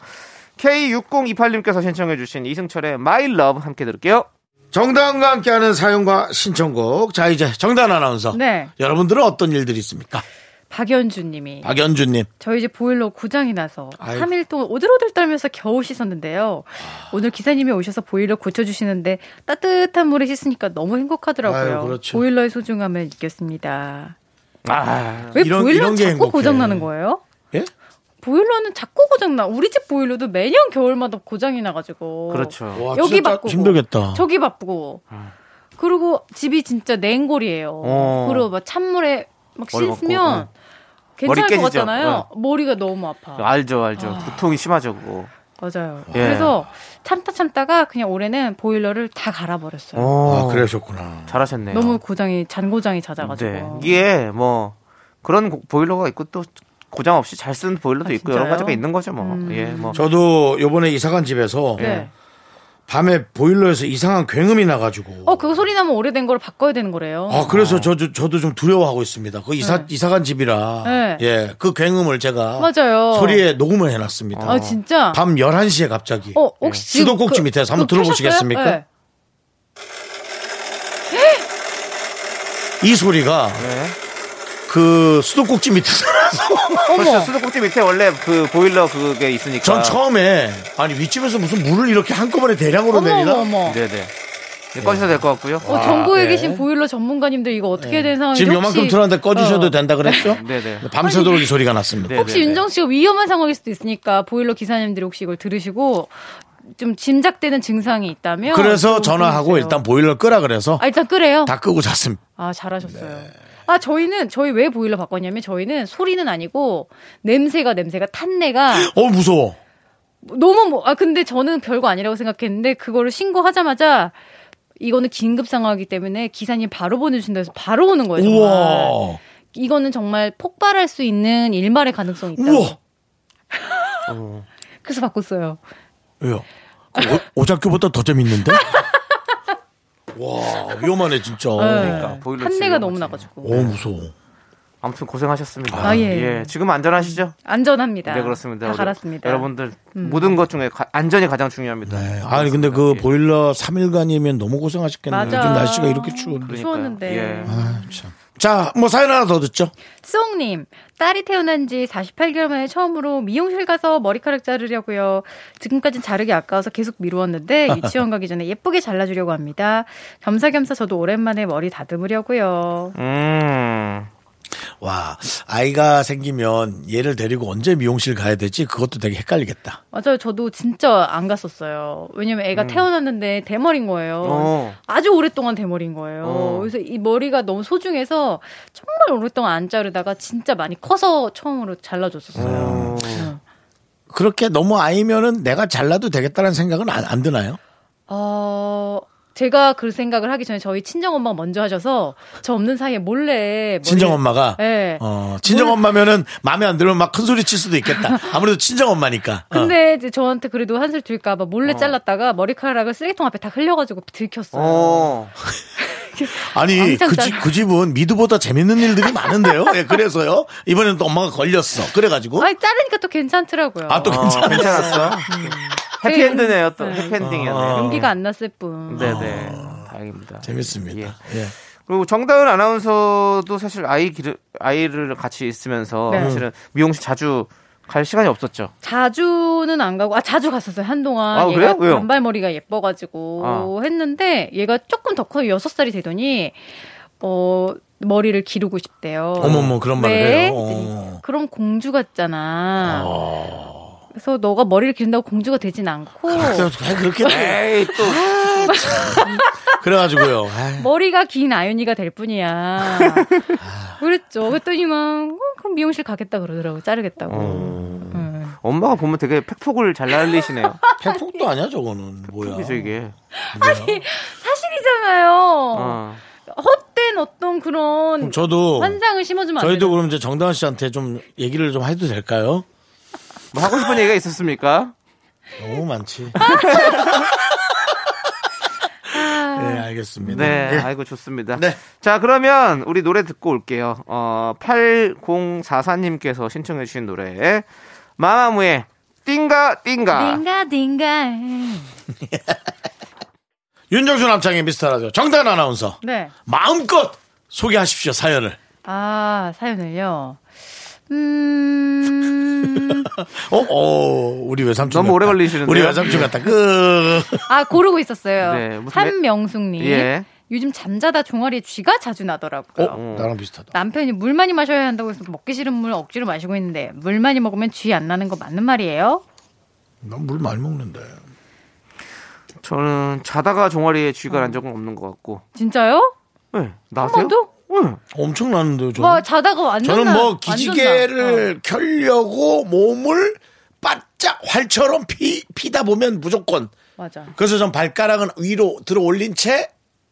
C: K6028님께서 신청해주신 이승철의 My Love 함께 들을게요.
B: 정다은과 함께하는 사연과 신청곡. 자, 이제 정다은 아나운서.
F: 네.
B: 여러분들은 어떤 일들이 있습니까?
F: 박연주님이
B: 박연주님.
F: 저희 이제 보일러 고장이 나서
B: 아. 아이고.
F: 3일 동안 오들오들 떨면서 겨우 씻었는데요.
B: 아.
F: 오늘 기사님이 오셔서 보일러 고쳐주시는데 따뜻한 물에 씻으니까 너무 행복하더라고요.
B: 아유, 그렇죠.
F: 보일러의 소중함을 느꼈습니다.
C: 아
F: 왜
B: 이런-
F: 보일러
B: 이런 게
F: 자꾸
B: 행복해.
F: 고장 나는 거예요?
B: 예?
F: 보일러는 자꾸 고장나. 우리 집 보일러도 매년 겨울마다 고장이 나가지고.
C: 그렇죠. 아.
B: 와,
F: 여기
B: 진짜
F: 바꾸고.
B: 힘들겠다.
F: 저기 바쁘고. 그리고 집이 진짜 냉골이에요.
C: 어.
F: 그리고 막 찬물에 막
C: 머리 벗고, 어.
F: 씻으면 괜찮을
C: 머리
F: 것
C: 깨지죠. 어.
F: 같잖아요. 머리가 너무 아파.
C: 알죠, 알죠. 두통이 심하죠, 그거.
F: 맞아요.
C: 예.
F: 그래서 참다 참다가 그냥 올해는 보일러를 다 갈아버렸어요.
B: 아,
C: 어,
B: 그러셨구나.
C: 잘하셨네요.
F: 너무 고장이 잔고장이 잦아가지고.
C: 네. 이게 뭐 그런 고- 보일러가 있고 또 고장 없이 잘 쓰는 보일러도
F: 아,
C: 있고 여러
F: 진짜요?
C: 가지가 있는 거죠, 뭐.
F: 음.
C: 예, 뭐.
B: 저도 요번에 이사간 집에서
F: 네.
B: 밤에 보일러에서 이상한 굉음이 나가지고.
F: 어 그거 소리 나면 오래된 걸 바꿔야 되는 거래요.
C: 어.
B: 아, 그래서 저, 저, 저도 좀 두려워하고 있습니다. 그 이사, 이사간 집이라.
F: 네.
B: 예. 그 굉음을 제가.
F: 맞아요.
B: 소리에 녹음을 해놨습니다.
F: 아 진짜.
B: 밤 11시에 갑자기.
F: 어 혹시 지금
B: 예. 수도꼭지 밑에서 한번
F: 그거
B: 들어보시겠습니까?
F: 켜셨어요? 네.
B: 이 소리가
C: 네.
B: 그 수도꼭지 밑에서 나서
F: 아.
C: 그렇죠. 수도꼭지 밑에 원래 그 보일러 그게 있으니까.
B: 전 처음에 아니 윗집에서 무슨 물을 이렇게 한꺼번에 대량으로
F: 어머
B: 내리나?
F: 어머 어머. 예.
C: 네, 네. 이제 꺼주셔도 될 것 같고요.
F: 어, 전국에
B: 네.
F: 계신 보일러 전문가님들 이거 어떻게 해야 되는 상황인지
B: 지금 요만큼
F: 혹시-
B: 틀었는데 꺼주셔도
F: 아, 어.
B: 된다 그랬죠?
C: 네네.
B: 밤새도록 이 소리가 났습니다.
C: 네.
F: 혹시 윤정 씨가 위험한 상황일 수도 있으니까 보일러 기사님들이 혹시 이걸 들으시고 좀 짐작되는 증상이 있다면
B: 그래서
F: 좀
B: 전화하고
F: 보내주세요.
B: 일단 보일러 끄라 그래서
F: 네. 아 일단 끄래요.
B: 다 네. 끄고 잤습니다.
F: 아, 잘하셨어요. 아, 저희는, 저희 왜 보일러 바꿨냐면, 저희는 소리는 아니고, 냄새가, 냄새가, 탄내가,
B: (laughs) 어 무서워.
F: 너무, 뭐, 아, 근데 저는 별거 아니라고 생각했는데, 그거를 신고하자마자, 이거는 긴급 상황이기 때문에 기사님 바로 보내주신다 해서 바로 오는 거예요. 정말.
B: 우와.
F: 이거는 정말 폭발할 수 있는 일말의 가능성이 있다.
B: 우와.
F: 그래서 바꿨어요.
B: 왜요? 그 오, 오작교보다 더
F: (laughs)
B: 재밌는데? 와 위험하네 진짜.
F: 네.
C: 보일러
F: 탄내가
C: 지금
F: 너무
C: 같이.
F: 나가지고.
B: 오 무서워.
C: 아무튼 고생하셨습니다.
F: 아, 예.
C: 지금 안전하시죠?
F: 안전합니다.
C: 네, 그렇습니다.
F: 다
C: 우리
F: 갈았습니다. 음.
C: 여러분들 모든 것 중에 가- 안전이 가장 중요합니다.
B: 네. 아니 근데 그
C: 예.
B: 보일러 3일간이면 너무 고생하셨겠네요.
F: 맞아.
B: 요즘 날씨가 이렇게 추운데.
C: 그러니까요.
F: 추웠는데.
C: 예.
B: 아, 참. 자, 뭐 사연 하나 더 듣죠.
F: 쏭님, 딸이 태어난 지 48개월 만에 처음으로 미용실 가서 머리카락 자르려고요. 지금까진 자르기 아까워서 계속
C: (laughs)
F: 미루었는데 유치원 가기 전에 예쁘게 잘라주려고 합니다. 겸사겸사 저도 오랜만에 머리 다듬으려고요.
C: 음.
B: 와, 아이가 생기면 얘를 데리고 언제 미용실 가야 될지 그것도 되게 헷갈리겠다.
F: 맞아요. 어, 저도 진짜 안 갔었어요. 왜냐면 애가 태어났는데 대머리인 거예요.
C: 음. 어.
F: 아주 오랫동안 대머리인 거예요.
C: 어.
F: 그래서 이 머리가 너무 소중해서 정말 오랫동안 안 자르다가 진짜 많이 커서 처음으로 잘라줬었어요.
C: 어.
B: 그렇게 너무 아이면은 내가 잘라도 되겠다는 생각은 안, 안 드나요?
F: 뭐 어, 제가 그 생각을 하기 전에 저희 친정엄마가 먼저 하셔서 저 없는 사이에 몰래. 머리를-
B: 친정엄마가?
F: 예.
B: 어, 친정엄마면은 마음에 안 들면 막 큰소리 칠 수도 있겠다. 아무래도 친정엄마니까. 어.
F: 근데 이제 저한테 그래도 한술 들까봐 몰래 잘랐다가 머리카락을 쓰레기통 앞에 다 흘려가지고 들켰어요.
C: 어.
B: 아니,
F: 왕창
B: 그, 집,
F: 잘라.
B: 그 집은 미드보다 재밌는 일들이 많은데요? 예, 그래서요. 이번엔 또 엄마가 걸렸어. 그래가지고.
F: 아니, 자르니까 또 괜찮더라고요.
B: 아, 또
C: 어, 괜찮았어.
F: 음.
C: 해피엔드네요, 또.
F: 네.
C: 해피엔딩이었네요.
F: 용기가 안 났을 뿐.
C: 네네. 다행입니다.
B: 아. 재밌습니다. 예.
C: 그리고 정다은 아나운서도 사실 아이 기르, 아이를 같이 있으면서
F: 네.
C: 사실은 미용실 자주 갈 시간이 없었죠.
F: 자주는 안 가고, 아, 자주 갔었어요, 한동안.
C: 아, 그래요?
F: 얘가
C: 왜요?
F: 단발머리가 예뻐가지고
B: 아.
F: 했는데, 얘가 조금 더 커요. 6살이 되더니, 어, 머리를 기르고 싶대요.
B: 어머머, 그런 말을
F: 왜?
B: 해요.
F: 그랬더니
B: 어.
F: 그럼 공주 같잖아. 그래서 너가 머리를 기른다고 공주가 되진 않고
B: 그래서 그렇게 돼.
C: 에이, 또.
B: 그래가지고요. 아이,
F: 머리가 긴 아윤이가 될
B: (laughs)
F: 뿐이야. 그랬죠. 그랬더니만 어, 그럼 미용실 가겠다 그러더라고. 자르겠다고.
B: 어.
C: 어.
F: 음.
C: 엄마가 보면 되게 팩폭을 잘 날리시네요.
B: 팩폭도 아니야 저거는 뭐야?
C: 그죠, 이게.
F: 사실이잖아요.
C: 어.
F: 헛된 어떤 그런
B: 그럼 저도
F: 환상을 심어주면 안
B: 저희도
F: 되죠.
B: 그럼 이제 정다은 씨한테 좀 얘기를 좀 해도 될까요?
C: 뭐 하고 싶은 얘기가 있었습니까?
B: 너무 많지.
F: 아.
B: 네 알겠습니다.
C: 네,
B: 예.
C: 아이고, 좋습니다.
B: 네.
C: 자, 그러면 우리 노래 듣고 올게요. 어, 8044님께서 신청해주신 노래. 마마무의 띵가, 띵가.
F: 딩가 딩가.
B: 윤정수 남창의 미스터 라디오 정다은 아나운서
F: 네.
B: 마음껏 소개하십시오 사연을. (laughs)
F: 아 사연을요.
C: (laughs)
F: 음.
B: 어, 어 우리 외삼촌
C: 너무
B: 같다.
C: 오래 걸리시는데요?
B: 우리 외삼촌 같다. 그
F: 아 고르고 있었어요.
C: 네, 무슨
F: 한명숙님,
C: 예.
F: 요즘 잠자다 종아리에 쥐가 자주 나더라고요.
C: 음.
B: 어? 나랑 비슷하다.
F: 남편이 물 많이 마셔야 한다고 해서 먹기 싫은 물 억지로 마시고 있는데 물 많이 먹으면 쥐 안 나는 거 맞는 말이에요?
B: 난 물 많이 먹는데.
C: 저는 자다가 종아리에 쥐가 난 적은 없는 것 같고.
F: 진짜요?
C: 네,
F: 한
C: 나세요?
F: 번도?
C: 네.
B: 엄청 나는데요, 저는.
F: 와 자다가 완전
B: 저는
F: 나-
B: 뭐
F: 완전 나. 어.
B: 기지개를 켜려고 몸을 바짝 활처럼 피, 피다 보면 무조건.
F: 맞아.
B: 그래서 전 발가락은 위로 들어 올린 채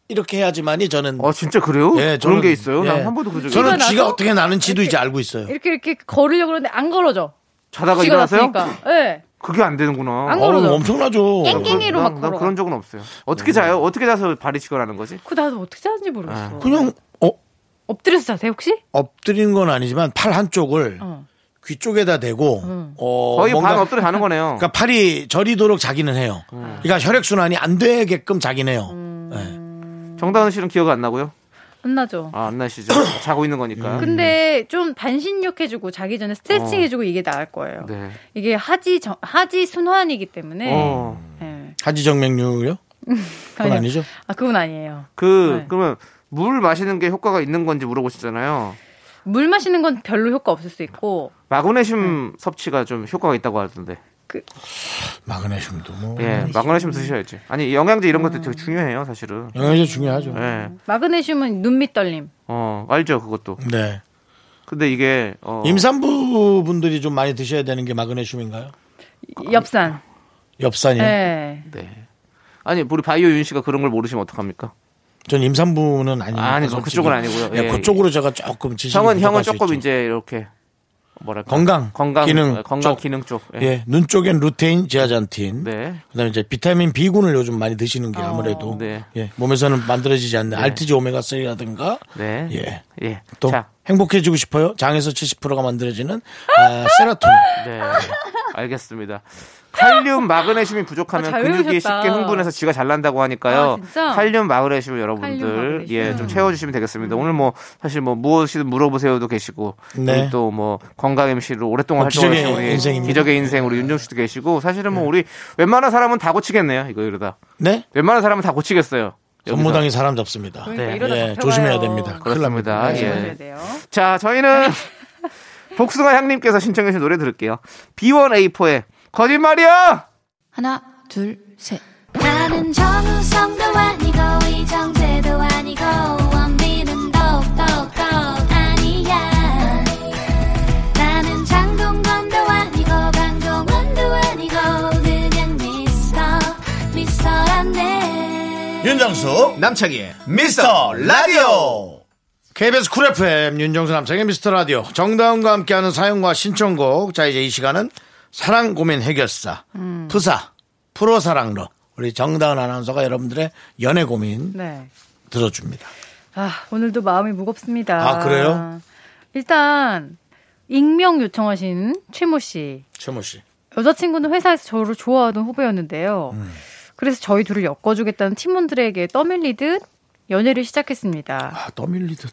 B: 이렇게 해야지만이 저는.
C: 아 진짜 그래요?
B: 예,
C: 그런
B: 저는-
C: 게 있어요?
B: 예.
C: 난 한 번도 그런 적이
B: 저는
F: 쥐가
B: 쥐가
F: 나서
B: 어떻게 나는지도 이제
F: 이렇게-
B: 알고 있어요.
F: 이렇게 이렇게 걸으려고 그러는데 안 걸어져.
C: 자다가
F: 쥐가
C: 일어나세요?
F: 났으니까. 네.
C: 그게 안 되는구나.
F: 안
B: 어우,
F: 걸어져.
B: 엄청나죠.
F: 깽깽이. 깽이로 막
C: 난, 난
F: 걸어가.
C: 그런 적은 없어요.
B: 음.
C: 어떻게 자요? 어떻게 자서 발이 치거라는 거지?
F: 그 나도 어떻게 자는지
C: 아,
F: 모르겠어.
B: 그냥, 어,
F: 엎드려서 자세요 혹시?
B: 엎드린 건 아니지만 팔 한쪽을
F: 어. 음.
B: 귀 쪽에다 대고, 어,
C: 거의
B: 뭔가-
C: 반 엎드려 음. 자는 거네요.
B: 그러니까 팔이 저리도록 자기는 해요. 그러니까 혈액순환이 안 되게끔 자기는 해요.
F: 음.
B: 네.
C: 정다은 씨는 기억 안 나고요?
F: 안 나죠.
C: 아,
B: (coughs)
C: 안 나시죠? 자고 있는
B: 아,
C: 거니까.
B: 음. 네.
F: 근데 좀 반신욕 해주고 자기 전에 스트레칭 해주고 이게 나을 거예요.
C: 네.
F: 이게 하지 정- 하지 순환이기
B: 음.
F: 때문에.
C: 어.
F: 예. (laughs)
B: 하지정맥류요? 그건
F: 아니요.
B: 아니죠.
F: 아 그건 아니에요.
C: 그
F: 네.
C: 그러면 물 마시는 게 효과가 있는 건지 물어보시잖아요.
F: 물 마시는 건 별로 효과 없을 수 있고
C: 마그네슘 섭취가 좀 효과가 있다고 하던데.
B: 마그네슘도 음. 뭐.
C: 예, 마그네슘 드셔야지. 아니 영양제 이런 것도 되게 중요해요, 사실은.
B: 영양제 중요하죠.
C: 예,
F: 마그네슘은 눈밑 떨림.
C: 어 알죠 그것도.
B: 네.
C: 근데 이게 어,
B: 임산부 분들이 좀 많이 드셔야 되는 게 마그네슘인가요? 아,
F: 엽산.
B: 엽산이요.
F: 예.
C: 네. 아니 우리 바이오 윤 씨가 그런 걸 모르시면 어떡합니까?
B: 전 임산부는 아니에요.
C: 아니, 그쪽은 아니고요.
B: 예,
C: 예,
B: 그쪽으로 제가 조금 지식.
C: 형은 형은 조금 이제 이렇게 뭐랄까
B: 건강,
C: 건강
B: 기능
C: 건강
B: 쪽.
C: 기능 쪽. 예.
B: 예, 눈 쪽엔 루테인, 지아잔틴.
C: 네.
B: 그다음에 이제 비타민 B군을 요즘 많이 드시는 게 아무래도
C: 네.
B: 예, 몸에서는 만들어지지 않는 알티지 오메가 3라든가
C: 네.
B: 예.
C: 예.
B: 또
C: 자,
B: 행복해지고 싶어요. 장에서 70%가 만들어지는 아, 세라토닌.
C: 네. 알겠습니다. 칼륨 마그네슘이 부족하면
F: 아, 잘
C: 근육이
F: 외우셨다.
C: 쉽게 흥분해서 지가 잘 난다고
F: 아,
C: 하니까요.
F: 진짜?
C: 칼륨 마그네슘 여러분들
F: 칼륨 마그네슘.
C: 예 좀 채워주시면 되겠습니다. 오늘 뭐 사실 뭐 무엇이든 물어보세요도 계시고
B: 네.
C: 또 뭐 건강 MC로 오랫동안
B: 어,
C: 활동하신
B: 기적의
C: 우리
B: 인생입니다.
C: 기적의 인생 우리 윤정 씨도 계시고 사실은 뭐 우리 웬만한 사람은 다 고치겠네요 이거 이러다
B: 네?
C: 웬만한 사람은 다 고치겠어요. 여기서.
B: 전무당이 사람 잡습니다.
F: 그러니까
C: 네.
F: 이러다
B: 예,
F: 잡혀가요.
B: 조심해야 됩니다. 큰일
C: 그렇습니다.
B: 납니다.
C: 예.
F: 조심하셔야 돼요.
B: (laughs)
C: 자, 저희는 복숭아 향님께서 신청해 주신 노래 들을게요. B1A4의 거짓말이야!
G: 하나, 둘, 셋.
D: 나는 정우성도 아니고 이정재도 아니고 원빈은 더욱더 아니야 나는 장동건도 아니고 강동원도 아니고 그냥 미스터
B: 예.
D: 미스터란데
B: 윤정수 남창희의 미스터 라디오 KBS 쿨 FM 윤정수 남창희 미스터 라디오 정다운과 함께하는 사연과 신청곡 자 이제 이 시간은 사랑 고민 해결사 프사 프로 사랑러 우리 정다운 아나운서가 여러분들의 연애 고민
F: 네.
B: 들어줍니다
F: 아 오늘도 마음이 무겁습니다.
B: 아, 그래요?
F: 일단 익명 요청하신 최모 씨
B: 최모 씨
F: 여자친구는 회사에서 저를 좋아하던 후배였는데요.
B: 음.
F: 그래서 저희 둘을 엮어주겠다는 팀원들에게 떠밀리듯 연애를 시작했습니다.
B: 아, 떠밀리듯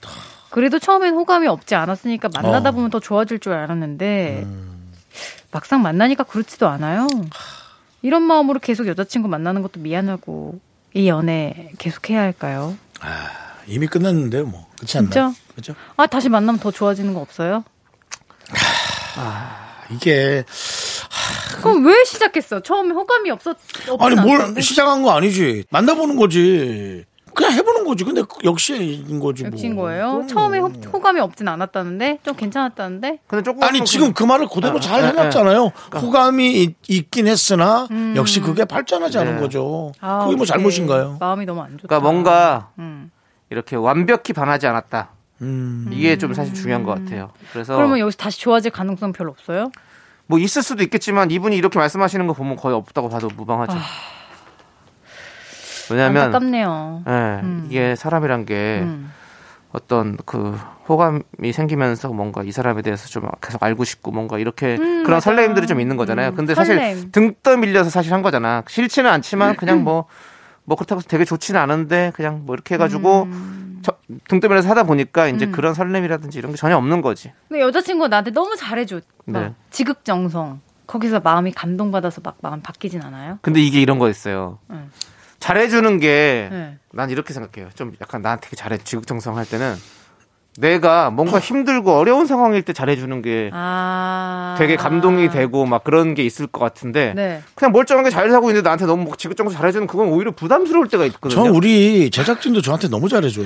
F: 그래도 처음엔 호감이 없지 않았으니까 만나다
B: 어. 음.
F: 보면 더 좋아질 줄 알았는데 막상 만나니까 그렇지도 않아요. 이런 마음으로 계속 여자친구 만나는 것도 미안하고 이 연애 계속해야 할까요?
B: 아, 이미 끝났는데요 뭐 그렇지 않나요?
F: 진짜?
B: 그렇죠?
F: 아 다시 만나면 더 좋아지는 거 없어요?
B: 이게
F: 그럼 왜 시작했어? 처음에 호감이 없었 없진
B: 아니 뭘
F: 않았는데?
B: 시작한 거 아니지 만나보는 거지 그냥 해보는 거지 근데 역시인 거지 뭐.
F: 역시인 거예요?
B: 그럼
F: 처음에
B: 뭐.
F: 호, 호감이 없진 않았다는데 좀 괜찮았다는데
C: 근데 조금
B: 아니 지금 그 말을 그대로 잘 해놨잖아요. 호감이 있- 있긴 했으나 역시 그게 발전하지 않은
C: 네.
B: 거죠.
F: 음. 아,
B: 그게 뭐
F: 어떡해.
B: 잘못인가요?
F: 마음이 너무 안 좋다.
C: 그러니까 뭔가
F: 아. 음.
C: 이렇게 완벽히 반하지 않았다.
B: 음.
C: 이게 좀 사실 중요한 것 같아요. 그래서
F: 음. 그러면 여기서 다시 좋아질 가능성 별로 없어요?
C: 뭐 있을 수도 있겠지만 이분이 이렇게 말씀하시는 거 보면 거의 없다고 봐도 무방하죠. 왜냐하면
F: 아.
C: 네.
F: 안타깝네요.
C: 예, 이게 사람이란 게
F: 음.
C: 어떤 그 호감이 생기면서 뭔가 이 사람에 대해서 좀 계속 알고 싶고 뭔가 이렇게 그런
F: 음, 맞아요.
C: 설레임들이 좀 있는 거잖아요.
F: 음,
C: 근데
F: 설렘.
C: 사실 등 떠밀려서 사실 한 거잖아. 싫지는 않지만 그냥 뭐 뭐 그렇다고 해서 되게 좋지는 않은데 그냥 뭐 이렇게 해가지고
F: 음.
C: 저- 등 떠밀려서 하다 보니까 이제 그런 설렘이라든지 이런 게 전혀 없는 거지.
F: 근데 여자친구가 나한테 너무 잘해줘. 막
C: 네.
F: 지극정성. 거기서 마음이 감동받아서 막 마음 바뀌진 않아요?
C: 근데 이게 이런 거 있어요.
F: 음.
C: 잘해주는 게
F: 네.
C: 난 이렇게 생각해요. 좀 약간 나한테 잘해 지극정성할 때는 내가 뭔가 힘들고 어려운 상황일 때 잘해주는 게
F: 아.
C: 네. 되게 감동이 되고 막 그런 게 있을 것 같은데
F: 네.
C: 그냥 멀쩡하게 잘 사고 있는데 나한테 너무 막 지긋정서 잘해주는 그건 오히려 부담스러울 때가
B: 저
C: 있거든요.
B: 우리 제작진도 저한테 너무
F: (laughs)
B: 잘해줘요.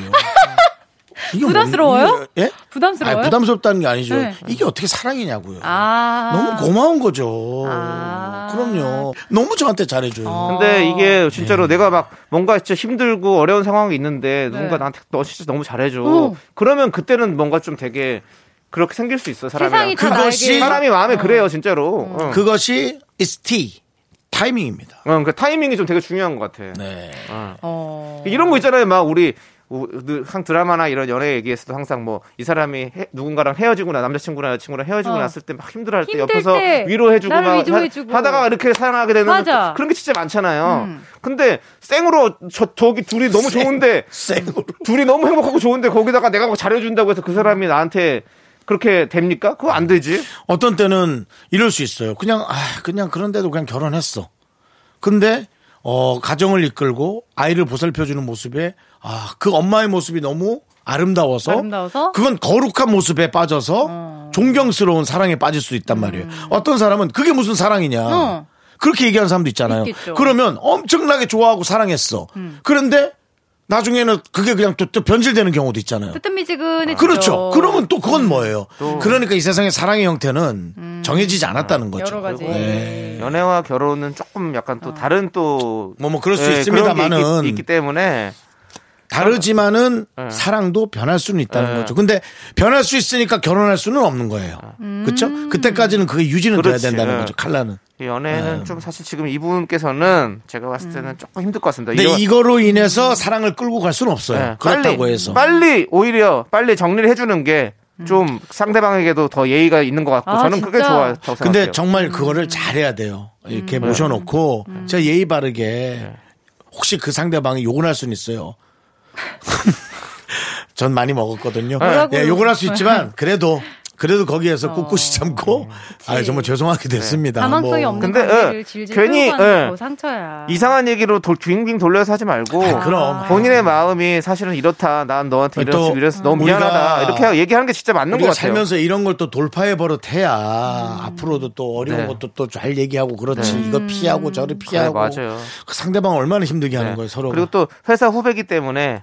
B: 이게 뭔-
F: 부담스러워요?
B: 이게- 예?
F: 부담스러워요?
B: 아니, 부담스럽다는 게 아니죠.
F: 네.
B: 이게 어떻게 사랑이냐고요.
F: 아.
B: 너무 고마운 거죠.
F: 아.
B: 그럼요. 너무 저한테 잘해줘요.
F: 어.
C: 근데 이게 진짜로
B: 네.
C: 내가 막 뭔가 진짜 힘들고 어려운 상황이 있는데 누군가
F: 네.
C: 나한테 너 진짜 너무 잘해줘.
F: 어.
C: 그러면 그때는 뭔가 좀 되게 그렇게 생길 수 있어 사람이.
F: 세상이 다
B: 그것이-
F: 나에게 어.
C: 사람이 마음에 그래요 진짜로. 응. 그,
B: 그것이 is T 타이밍입니다.
C: 응, 그 타이밍이 좀 되게 중요한 것 같아.
B: 네.
F: 어.
C: 이런 거 있잖아요. 막 우리 우- 늘- 항 드라마나 이런 연애 얘기에서도 항상 뭐 이 사람이 해- 누군가랑 헤어지고 나 남자친구나 여자친구랑 헤어지고
F: 어.
C: 났을 때 막 힘들어할 때
F: 힘들
C: 옆에서
F: 때
C: 위로해주고
F: 나를
C: 막
F: 위로해주고.
C: 하, 다가 이렇게 사랑하게 되는
F: 맞아.
C: 그- 그런 게 진짜 많잖아요.
F: 음.
C: 근데 쌩으로 저 저기 둘이 너무
B: 쌩.
C: 좋은데
B: 생으로.
C: 둘이 너무 행복하고 좋은데 거기다가 내가 뭐 잘해준다고 해서 그
F: 음.
C: 사람이 나한테 그렇게 됩니까? 그거 안 되지.
B: 어떤 때는 이럴 수 있어요. 그냥 아 그냥 그런데도 그냥 결혼했어. 근데 어 가정을 이끌고 아이를 보살펴주는 모습에 아 그 엄마의 모습이 너무 아름다워서,
F: 아름다워서? 어.
B: 그건 거룩한 모습에 빠져서 존경스러운 사랑에 빠질 수 있단 말이에요. 어떤 사람은 그게 무슨 사랑이냐.
F: 음. 어.
B: 그렇게 얘기하는 사람도 있잖아요.
F: 있겠죠. 음.
B: 그러면 엄청나게 좋아하고 사랑했어. 그런데 나중에는 그게 그냥 또, 또 변질되는 경우도 있잖아요.
F: 뜨뜻미지근해지죠. 음.
B: 그렇죠. 그러면 또 그건 뭐예요? 그러니까 이 세상의 사랑의 형태는 정해지지 않았다는 거죠. 네.
F: 여러 가지. 네.
C: 연애와 결혼은 조금 약간
F: 어.
C: 또 다른 또
B: 뭐, 뭐, 그럴 수
C: 예, 그런 게
B: 있습니다만은.
C: 있기, 있기 때문에
B: 다르지만은 사랑도 변할 수는 있다는
C: 네.
B: 거죠. 근데 변할 수 있으니까 결혼할 수는 없는 거예요.
F: 음.
B: 그렇죠? 그때까지는 그게 유지는 돼야
C: 그렇지.
B: 된다는
C: 네.
B: 거죠. 칼라는.
C: 연애는
B: 네.
C: 좀 사실 지금 이분께서는 제가 봤을
F: 음.
C: 때는 조금 힘들 것 같습니다.
B: 근데
C: 네, 이거-
B: 이거로 인해서 사랑을 끌고 갈 수는
C: 예,
B: 없어요. 그렇다고 해서.
C: 빨리 오히려 빨리 정리를 해주는 게 좀 상대방에게도 더 예의가 있는 것 같고
F: 음. 아,
C: 저는 그게
F: 진짜?
C: 좋아요. 고 생각해요. 음.
B: 근데 정말 그거를 잘해야 돼요. 이렇게 모셔놓고 제가 예의
C: 네.
B: 바르게 혹시 그 상대방이 욕을 할 수는
C: (laughs)
B: 있어요. 전 많이 먹었거든요.
C: 네.
F: 뭐라고?
B: 예, 욕을 할 수 있지만 그래도 그래도
C: 어.
B: 거기에서 꿋꿋이 참고
C: 네.
B: 아 정말 죄송하게 됐습니다. 뭐
F: 가망성이 없는
C: 근데,
F: 관계를
C: 예,
F: 질질
C: 괜히,
F: 끌고 가는
C: 예.
F: 거 상처야.
C: 이상한 얘기로 돌 빙빙 돌려서 하지 말고
B: 아, 그럼.
C: 본인의 마음이 사실은 이렇다. 난 너한테
B: 또
C: 이랬어, 이랬어. 너무
B: 우리가
C: 미안하다. 이렇게 얘기하는 게 진짜 맞는 것
B: 우리가
C: 같아요. 음.
B: 살면서 이런 걸 또 돌파해 버릇해야 앞으로도 또 어려운
C: 네. 음.
B: 것도 또 잘 얘기하고 그렇지 이거 피하고 저를 피하고
C: 맞아요.
B: 그 상대방 얼마나 힘들게 하는
C: 네.
B: 거예요 서로.
C: 그리고 또 회사 후배기 때문에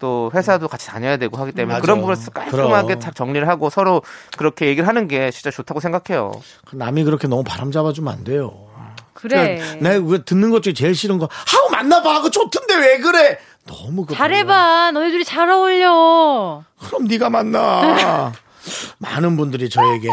C: 또 회사도 같이 다녀야 되고 하기 때문에
B: 맞아.
C: 그런 부분을 깔끔하게
B: 그럼.
C: 다 정리를 하고 서로 그렇게 얘기를 하는 게 진짜 좋다고 생각해요.
B: 남이 그렇게 너무 바람 잡아주면 안 돼요.
F: 그래.
B: 그러니까 내가 그거 듣는 것 중에 제일 싫은 거 하고 만나봐 하고 좋던데 왜 그래 너무 그거
F: 잘해봐. 너희들이 잘 어울려.
B: 그럼 네가
F: (laughs)
B: 만나 많은 분들이 저에게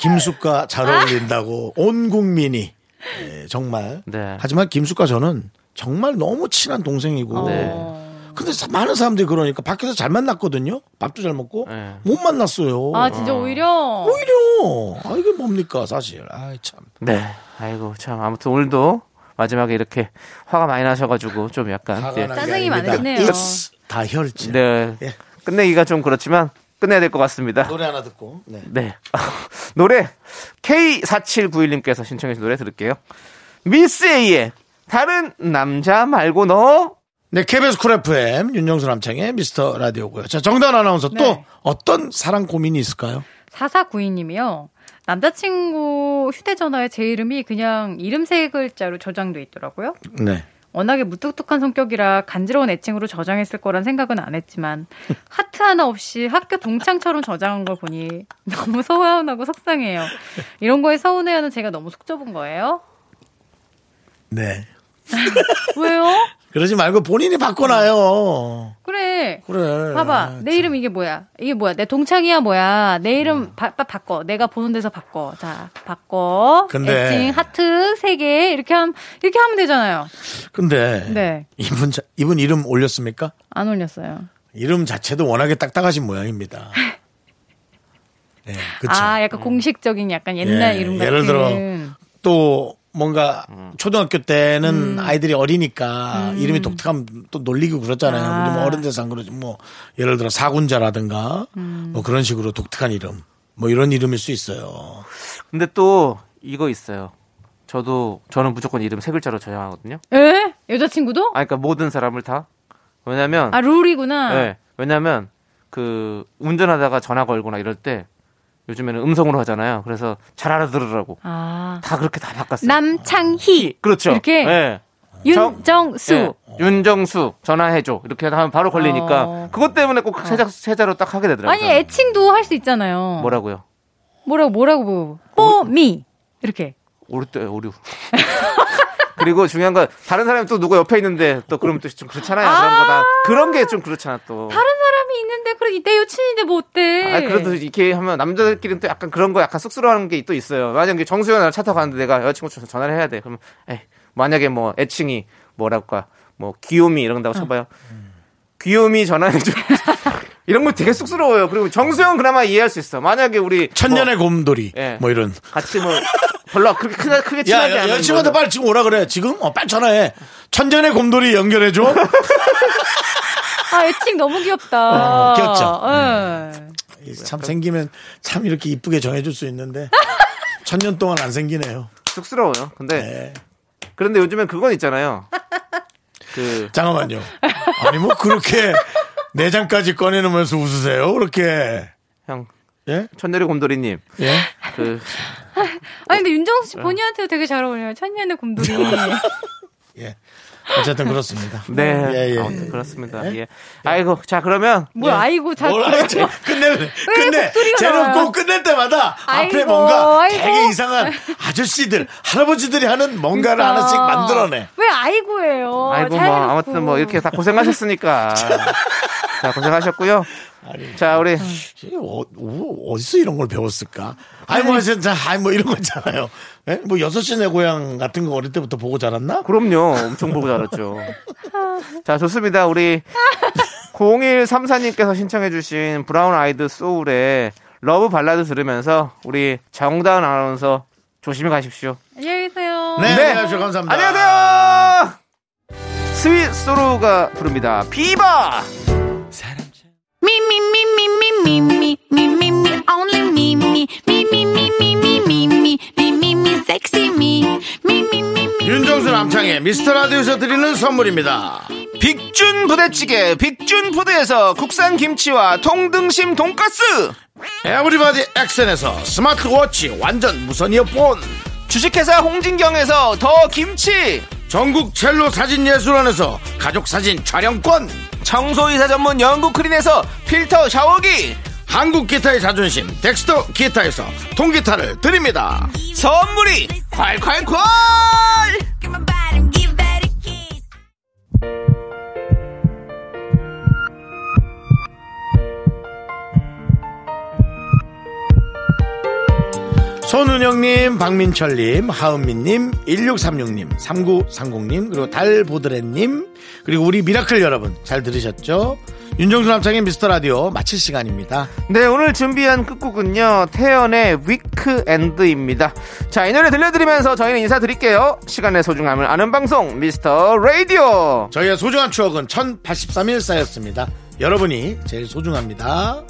B: 김숙과 잘 어울린다고 온 국민이 네, 정말
C: 네.
B: 하지만 김숙과 저는 정말 너무 친한 동생이고
C: 네.
F: 어.
B: 근데 사- 많은 사람들이 그러니까 밖에서 잘 만났거든요 밥도 잘 먹고
C: 네.
B: 못 만났어요
F: 아 진짜 오히려.
B: 오히려 아 이게 뭡니까 사실 아참
C: 네. 아이고 참 아무튼 오늘도 마지막에 이렇게 화가 많이 나셔가지고 좀 약간 예.
F: 짜증이 많으시네요.
B: 다 혈질
C: 네.
B: 예.
C: 끝내기가 좀 그렇지만 끝내야 될 것 같습니다.
B: 노래 하나 듣고 네.
C: 네. (laughs) 노래 K4791님께서 신청해 주신 노래 들을게요. 미스 A의 다른 남자 말고 너
B: 네, KBS 쿨 FM 윤정수 남창의 미스터 라디오고요. 자, 정단 아나운서 또
F: 네.
B: 어떤 사랑 고민이 있을까요?
F: 4492님이요. 남자친구 휴대전화에 제 이름이 그냥 이름 세 글자로 저장돼 있더라고요.
B: 네.
F: 워낙에 무뚝뚝한 성격이라 간지러운 애칭으로 저장했을 거란 생각은 안 했지만 하트 하나 없이 학교 동창처럼 저장한 걸 보니 너무 서운하고 속상해요. 이런 거에 서운해하는 제가 너무 속 좁은 거예요.
B: 네.
F: 왜요?
B: 그러지 말고 본인이 바꿔놔요.
F: 그래.
B: 그래. 아,
F: 봐봐. 내 이름 이게 뭐야? 이게 뭐야? 내 동창이야 뭐야?
B: 음.
F: 내 이름 바, 바, 바꿔. 내가 보는 데서 바꿔. 자, 바꿔.
B: 근데-
F: 애칭 하트 세 개 이렇게 하면 이렇게 하면 되잖아요.
B: 근데
F: 네.
B: 이분 자- 이분 이름 올렸습니까?
F: 안 올렸어요.
B: 이름 자체도 워낙에 딱딱하신
F: (laughs)
B: 모양입니다. 네, 그쵸.
F: 아, 약간 공식적인 약간 옛날 그
B: 예,
F: 이름 같은.
B: 예를 들어 또 뭔가 초등학교 때는
F: 음.
B: 아이들이 어리니까 이름이 독특하면 또 놀리고 그렇잖아요.
F: 아.
B: 우리 뭐 어른 돼서 안 그러지. 뭐 예를 들어 사군자라든가
F: 음.
B: 뭐 그런 식으로 독특한 이름 뭐 이런 이름일 수 있어요.
C: 근데 또 이거 있어요. 저도 저는 무조건 이름 세 글자로 저장하거든요.
F: 예? 여자친구도?
C: 아, 그러니까 모든 사람을 다. 왜냐면,
F: 아, 룰이구나.
C: 예, 왜냐면, 그, 운전하다가 전화 걸거나 이럴 때, 요즘에는 음성으로 하잖아요. 그래서 잘 알아들으라고.
F: 아.
C: 다 그렇게 다 바꿨어요.
F: 남창희.
C: 그렇죠.
F: 이렇게?
C: 예.
F: 윤정수.
C: 예. 윤정수 전화해줘 이렇게 하면 바로 걸리니까
F: 어.
C: 그것 때문에 꼭 세자 세자로 딱 하게 되더라고요.
F: 아니, 애칭도 할 수 있잖아요.
C: 네. 뭐라고요?
F: 뭐라고, 뭐라고. 뽀미. 이렇게.
C: 오류 때 오류. (laughs) 그리고 중요한 건 다른 사람이 또 누가 옆에 있는데 또 그러면 또 좀 그렇잖아요. 그런 거다. 그런 게 좀 그렇잖아 또.
F: 다른 사람이 있는데, 그래, 이내 여친인데 뭐 어때?
C: 아 그래도 이렇게 하면 남자들끼리는 또 약간 그런 거 약간 쑥스러워하는 게 또 있어요. 만약에 정수현 나차 타고 가는데 내가 여자친구 전- 전화를 해야 돼. 그럼 에 만약에 뭐 애칭이 뭐랄까 뭐 귀요미 이런다고 쳐봐요. 귀요미 전화해줘. (laughs) 이런 거 되게 쑥스러워요. 그리고 정수현 그나마 이해할 수 있어. 만약에 우리
B: 천년의 곰돌이
C: 예.
B: 뭐 이런.
C: 뭐 같이 뭐 별로 크게 크게, 크게
B: 야,
C: 친하지
B: 여-
C: 않은
B: 여자친구한테
C: 거는
B: 빨리 지금 오라 그래. 지금? 어, 빨리 전화해. 천년의 곰돌이 연결해줘.
C: 뭐
F: 아, 애칭 너무 귀엽다.
B: 어, 귀엽죠?
F: 예.
B: 참 생기면 참 이렇게 이쁘게 정해줄 수
C: (laughs)
B: 있는데. 천년 동안 안 생기네요.
C: 쑥스러워요. 근데
B: 예.
C: 그런데 요즘엔 그건 있잖아요. 그
B: 잠깐만요. 아니, 뭐 그렇게 내장까지 꺼내놓으면서 웃으세요. 그렇게.
C: 형,
B: 예?
C: 천내리 곰돌이님,
B: 예?
C: 그,
F: 아니, 근데 윤정수 씨 본인한테도 되게 잘 어울려요. 천년의 곰돌이.
B: 예. 어쨌든 그렇습니다.
C: 네,
B: 예, 예.
C: 아무튼 그렇습니다. 예. 아이고, 자 그러면
F: 뭘 아이고, 자
B: 뭐라 했지? 끝낼, 끝내.
F: 목소리가
B: 쟤는
F: 나와요?
B: 꼭 끝낼 때마다 앞에
F: 아이고,
B: 뭔가
F: 아이고.
B: 되게 이상한 아저씨들, 할아버지들이 하는 뭔가를
F: 그러니까.
B: 하나씩 만들어내.
F: 왜 아이고예요?
C: 아이고
F: 어, 잘
C: 뭐
F: 해놓고.
C: 아무튼 뭐 이렇게 다 고생하셨으니까 자 고생하셨고요. 자 우리
B: 이게 어, 어, 디서 이런 걸 배웠을까? 아이, 뭐, 진짜, 아이, 뭐, 이런 거 있잖아요. 예? 뭐, 여섯 시 내 고향 같은 거 어릴 때부터 보고 자랐나?
C: 그럼요 엄청 보고 자랐죠. 자 좋습니다 우리 0134님께서 신청해주신 브라운 아이드 소울의 러브 발라드 들으면서 우리 정다은 아나운서 조심히 가십시오.
F: 안녕히 계세요.
B: 네,
C: 네.
B: 안녕하세요. 감사합니다.
C: 안녕하세요. 스윗 소로가 부릅니다. 비바.
B: 윤정수 남창의 미스터 라디오에서 드리는 선물입니다.
C: 빅준 부대찌개 빅준 푸드에서 국산 김치와 통등심 돈가스
B: 에브리바디 액션에서 스마트워치 완전 무선 이어폰.
C: 주식회사 홍진경에서 더 김치
B: 전국 첼로 사진 예술원에서 가족 사진 촬영권.
C: 청소이사 전문 영국 크린에서 필터 샤워기
B: 한국 기타의 자존심 덱스터 기타에서 통기타를 드립니다.
C: 선물이 콸콸콸
B: 손은영님, 박민철님, 하은미님, 1636님, 3930님, 그리고 달보드레님, 그리고 우리 미라클 여러분 잘 들으셨죠? 윤정수 남창의 미스터 라디오 마칠 시간입니다.
C: 네 오늘 준비한 끝곡은요 태연의 위크엔드입니다 자 이 노래 들려드리면서 저희는 인사드릴게요 시간의 소중함을 아는 방송 미스터 라디오
B: 저희의 소중한 추억은 1083일 쌓였습니다. 여러분이 제일 소중합니다.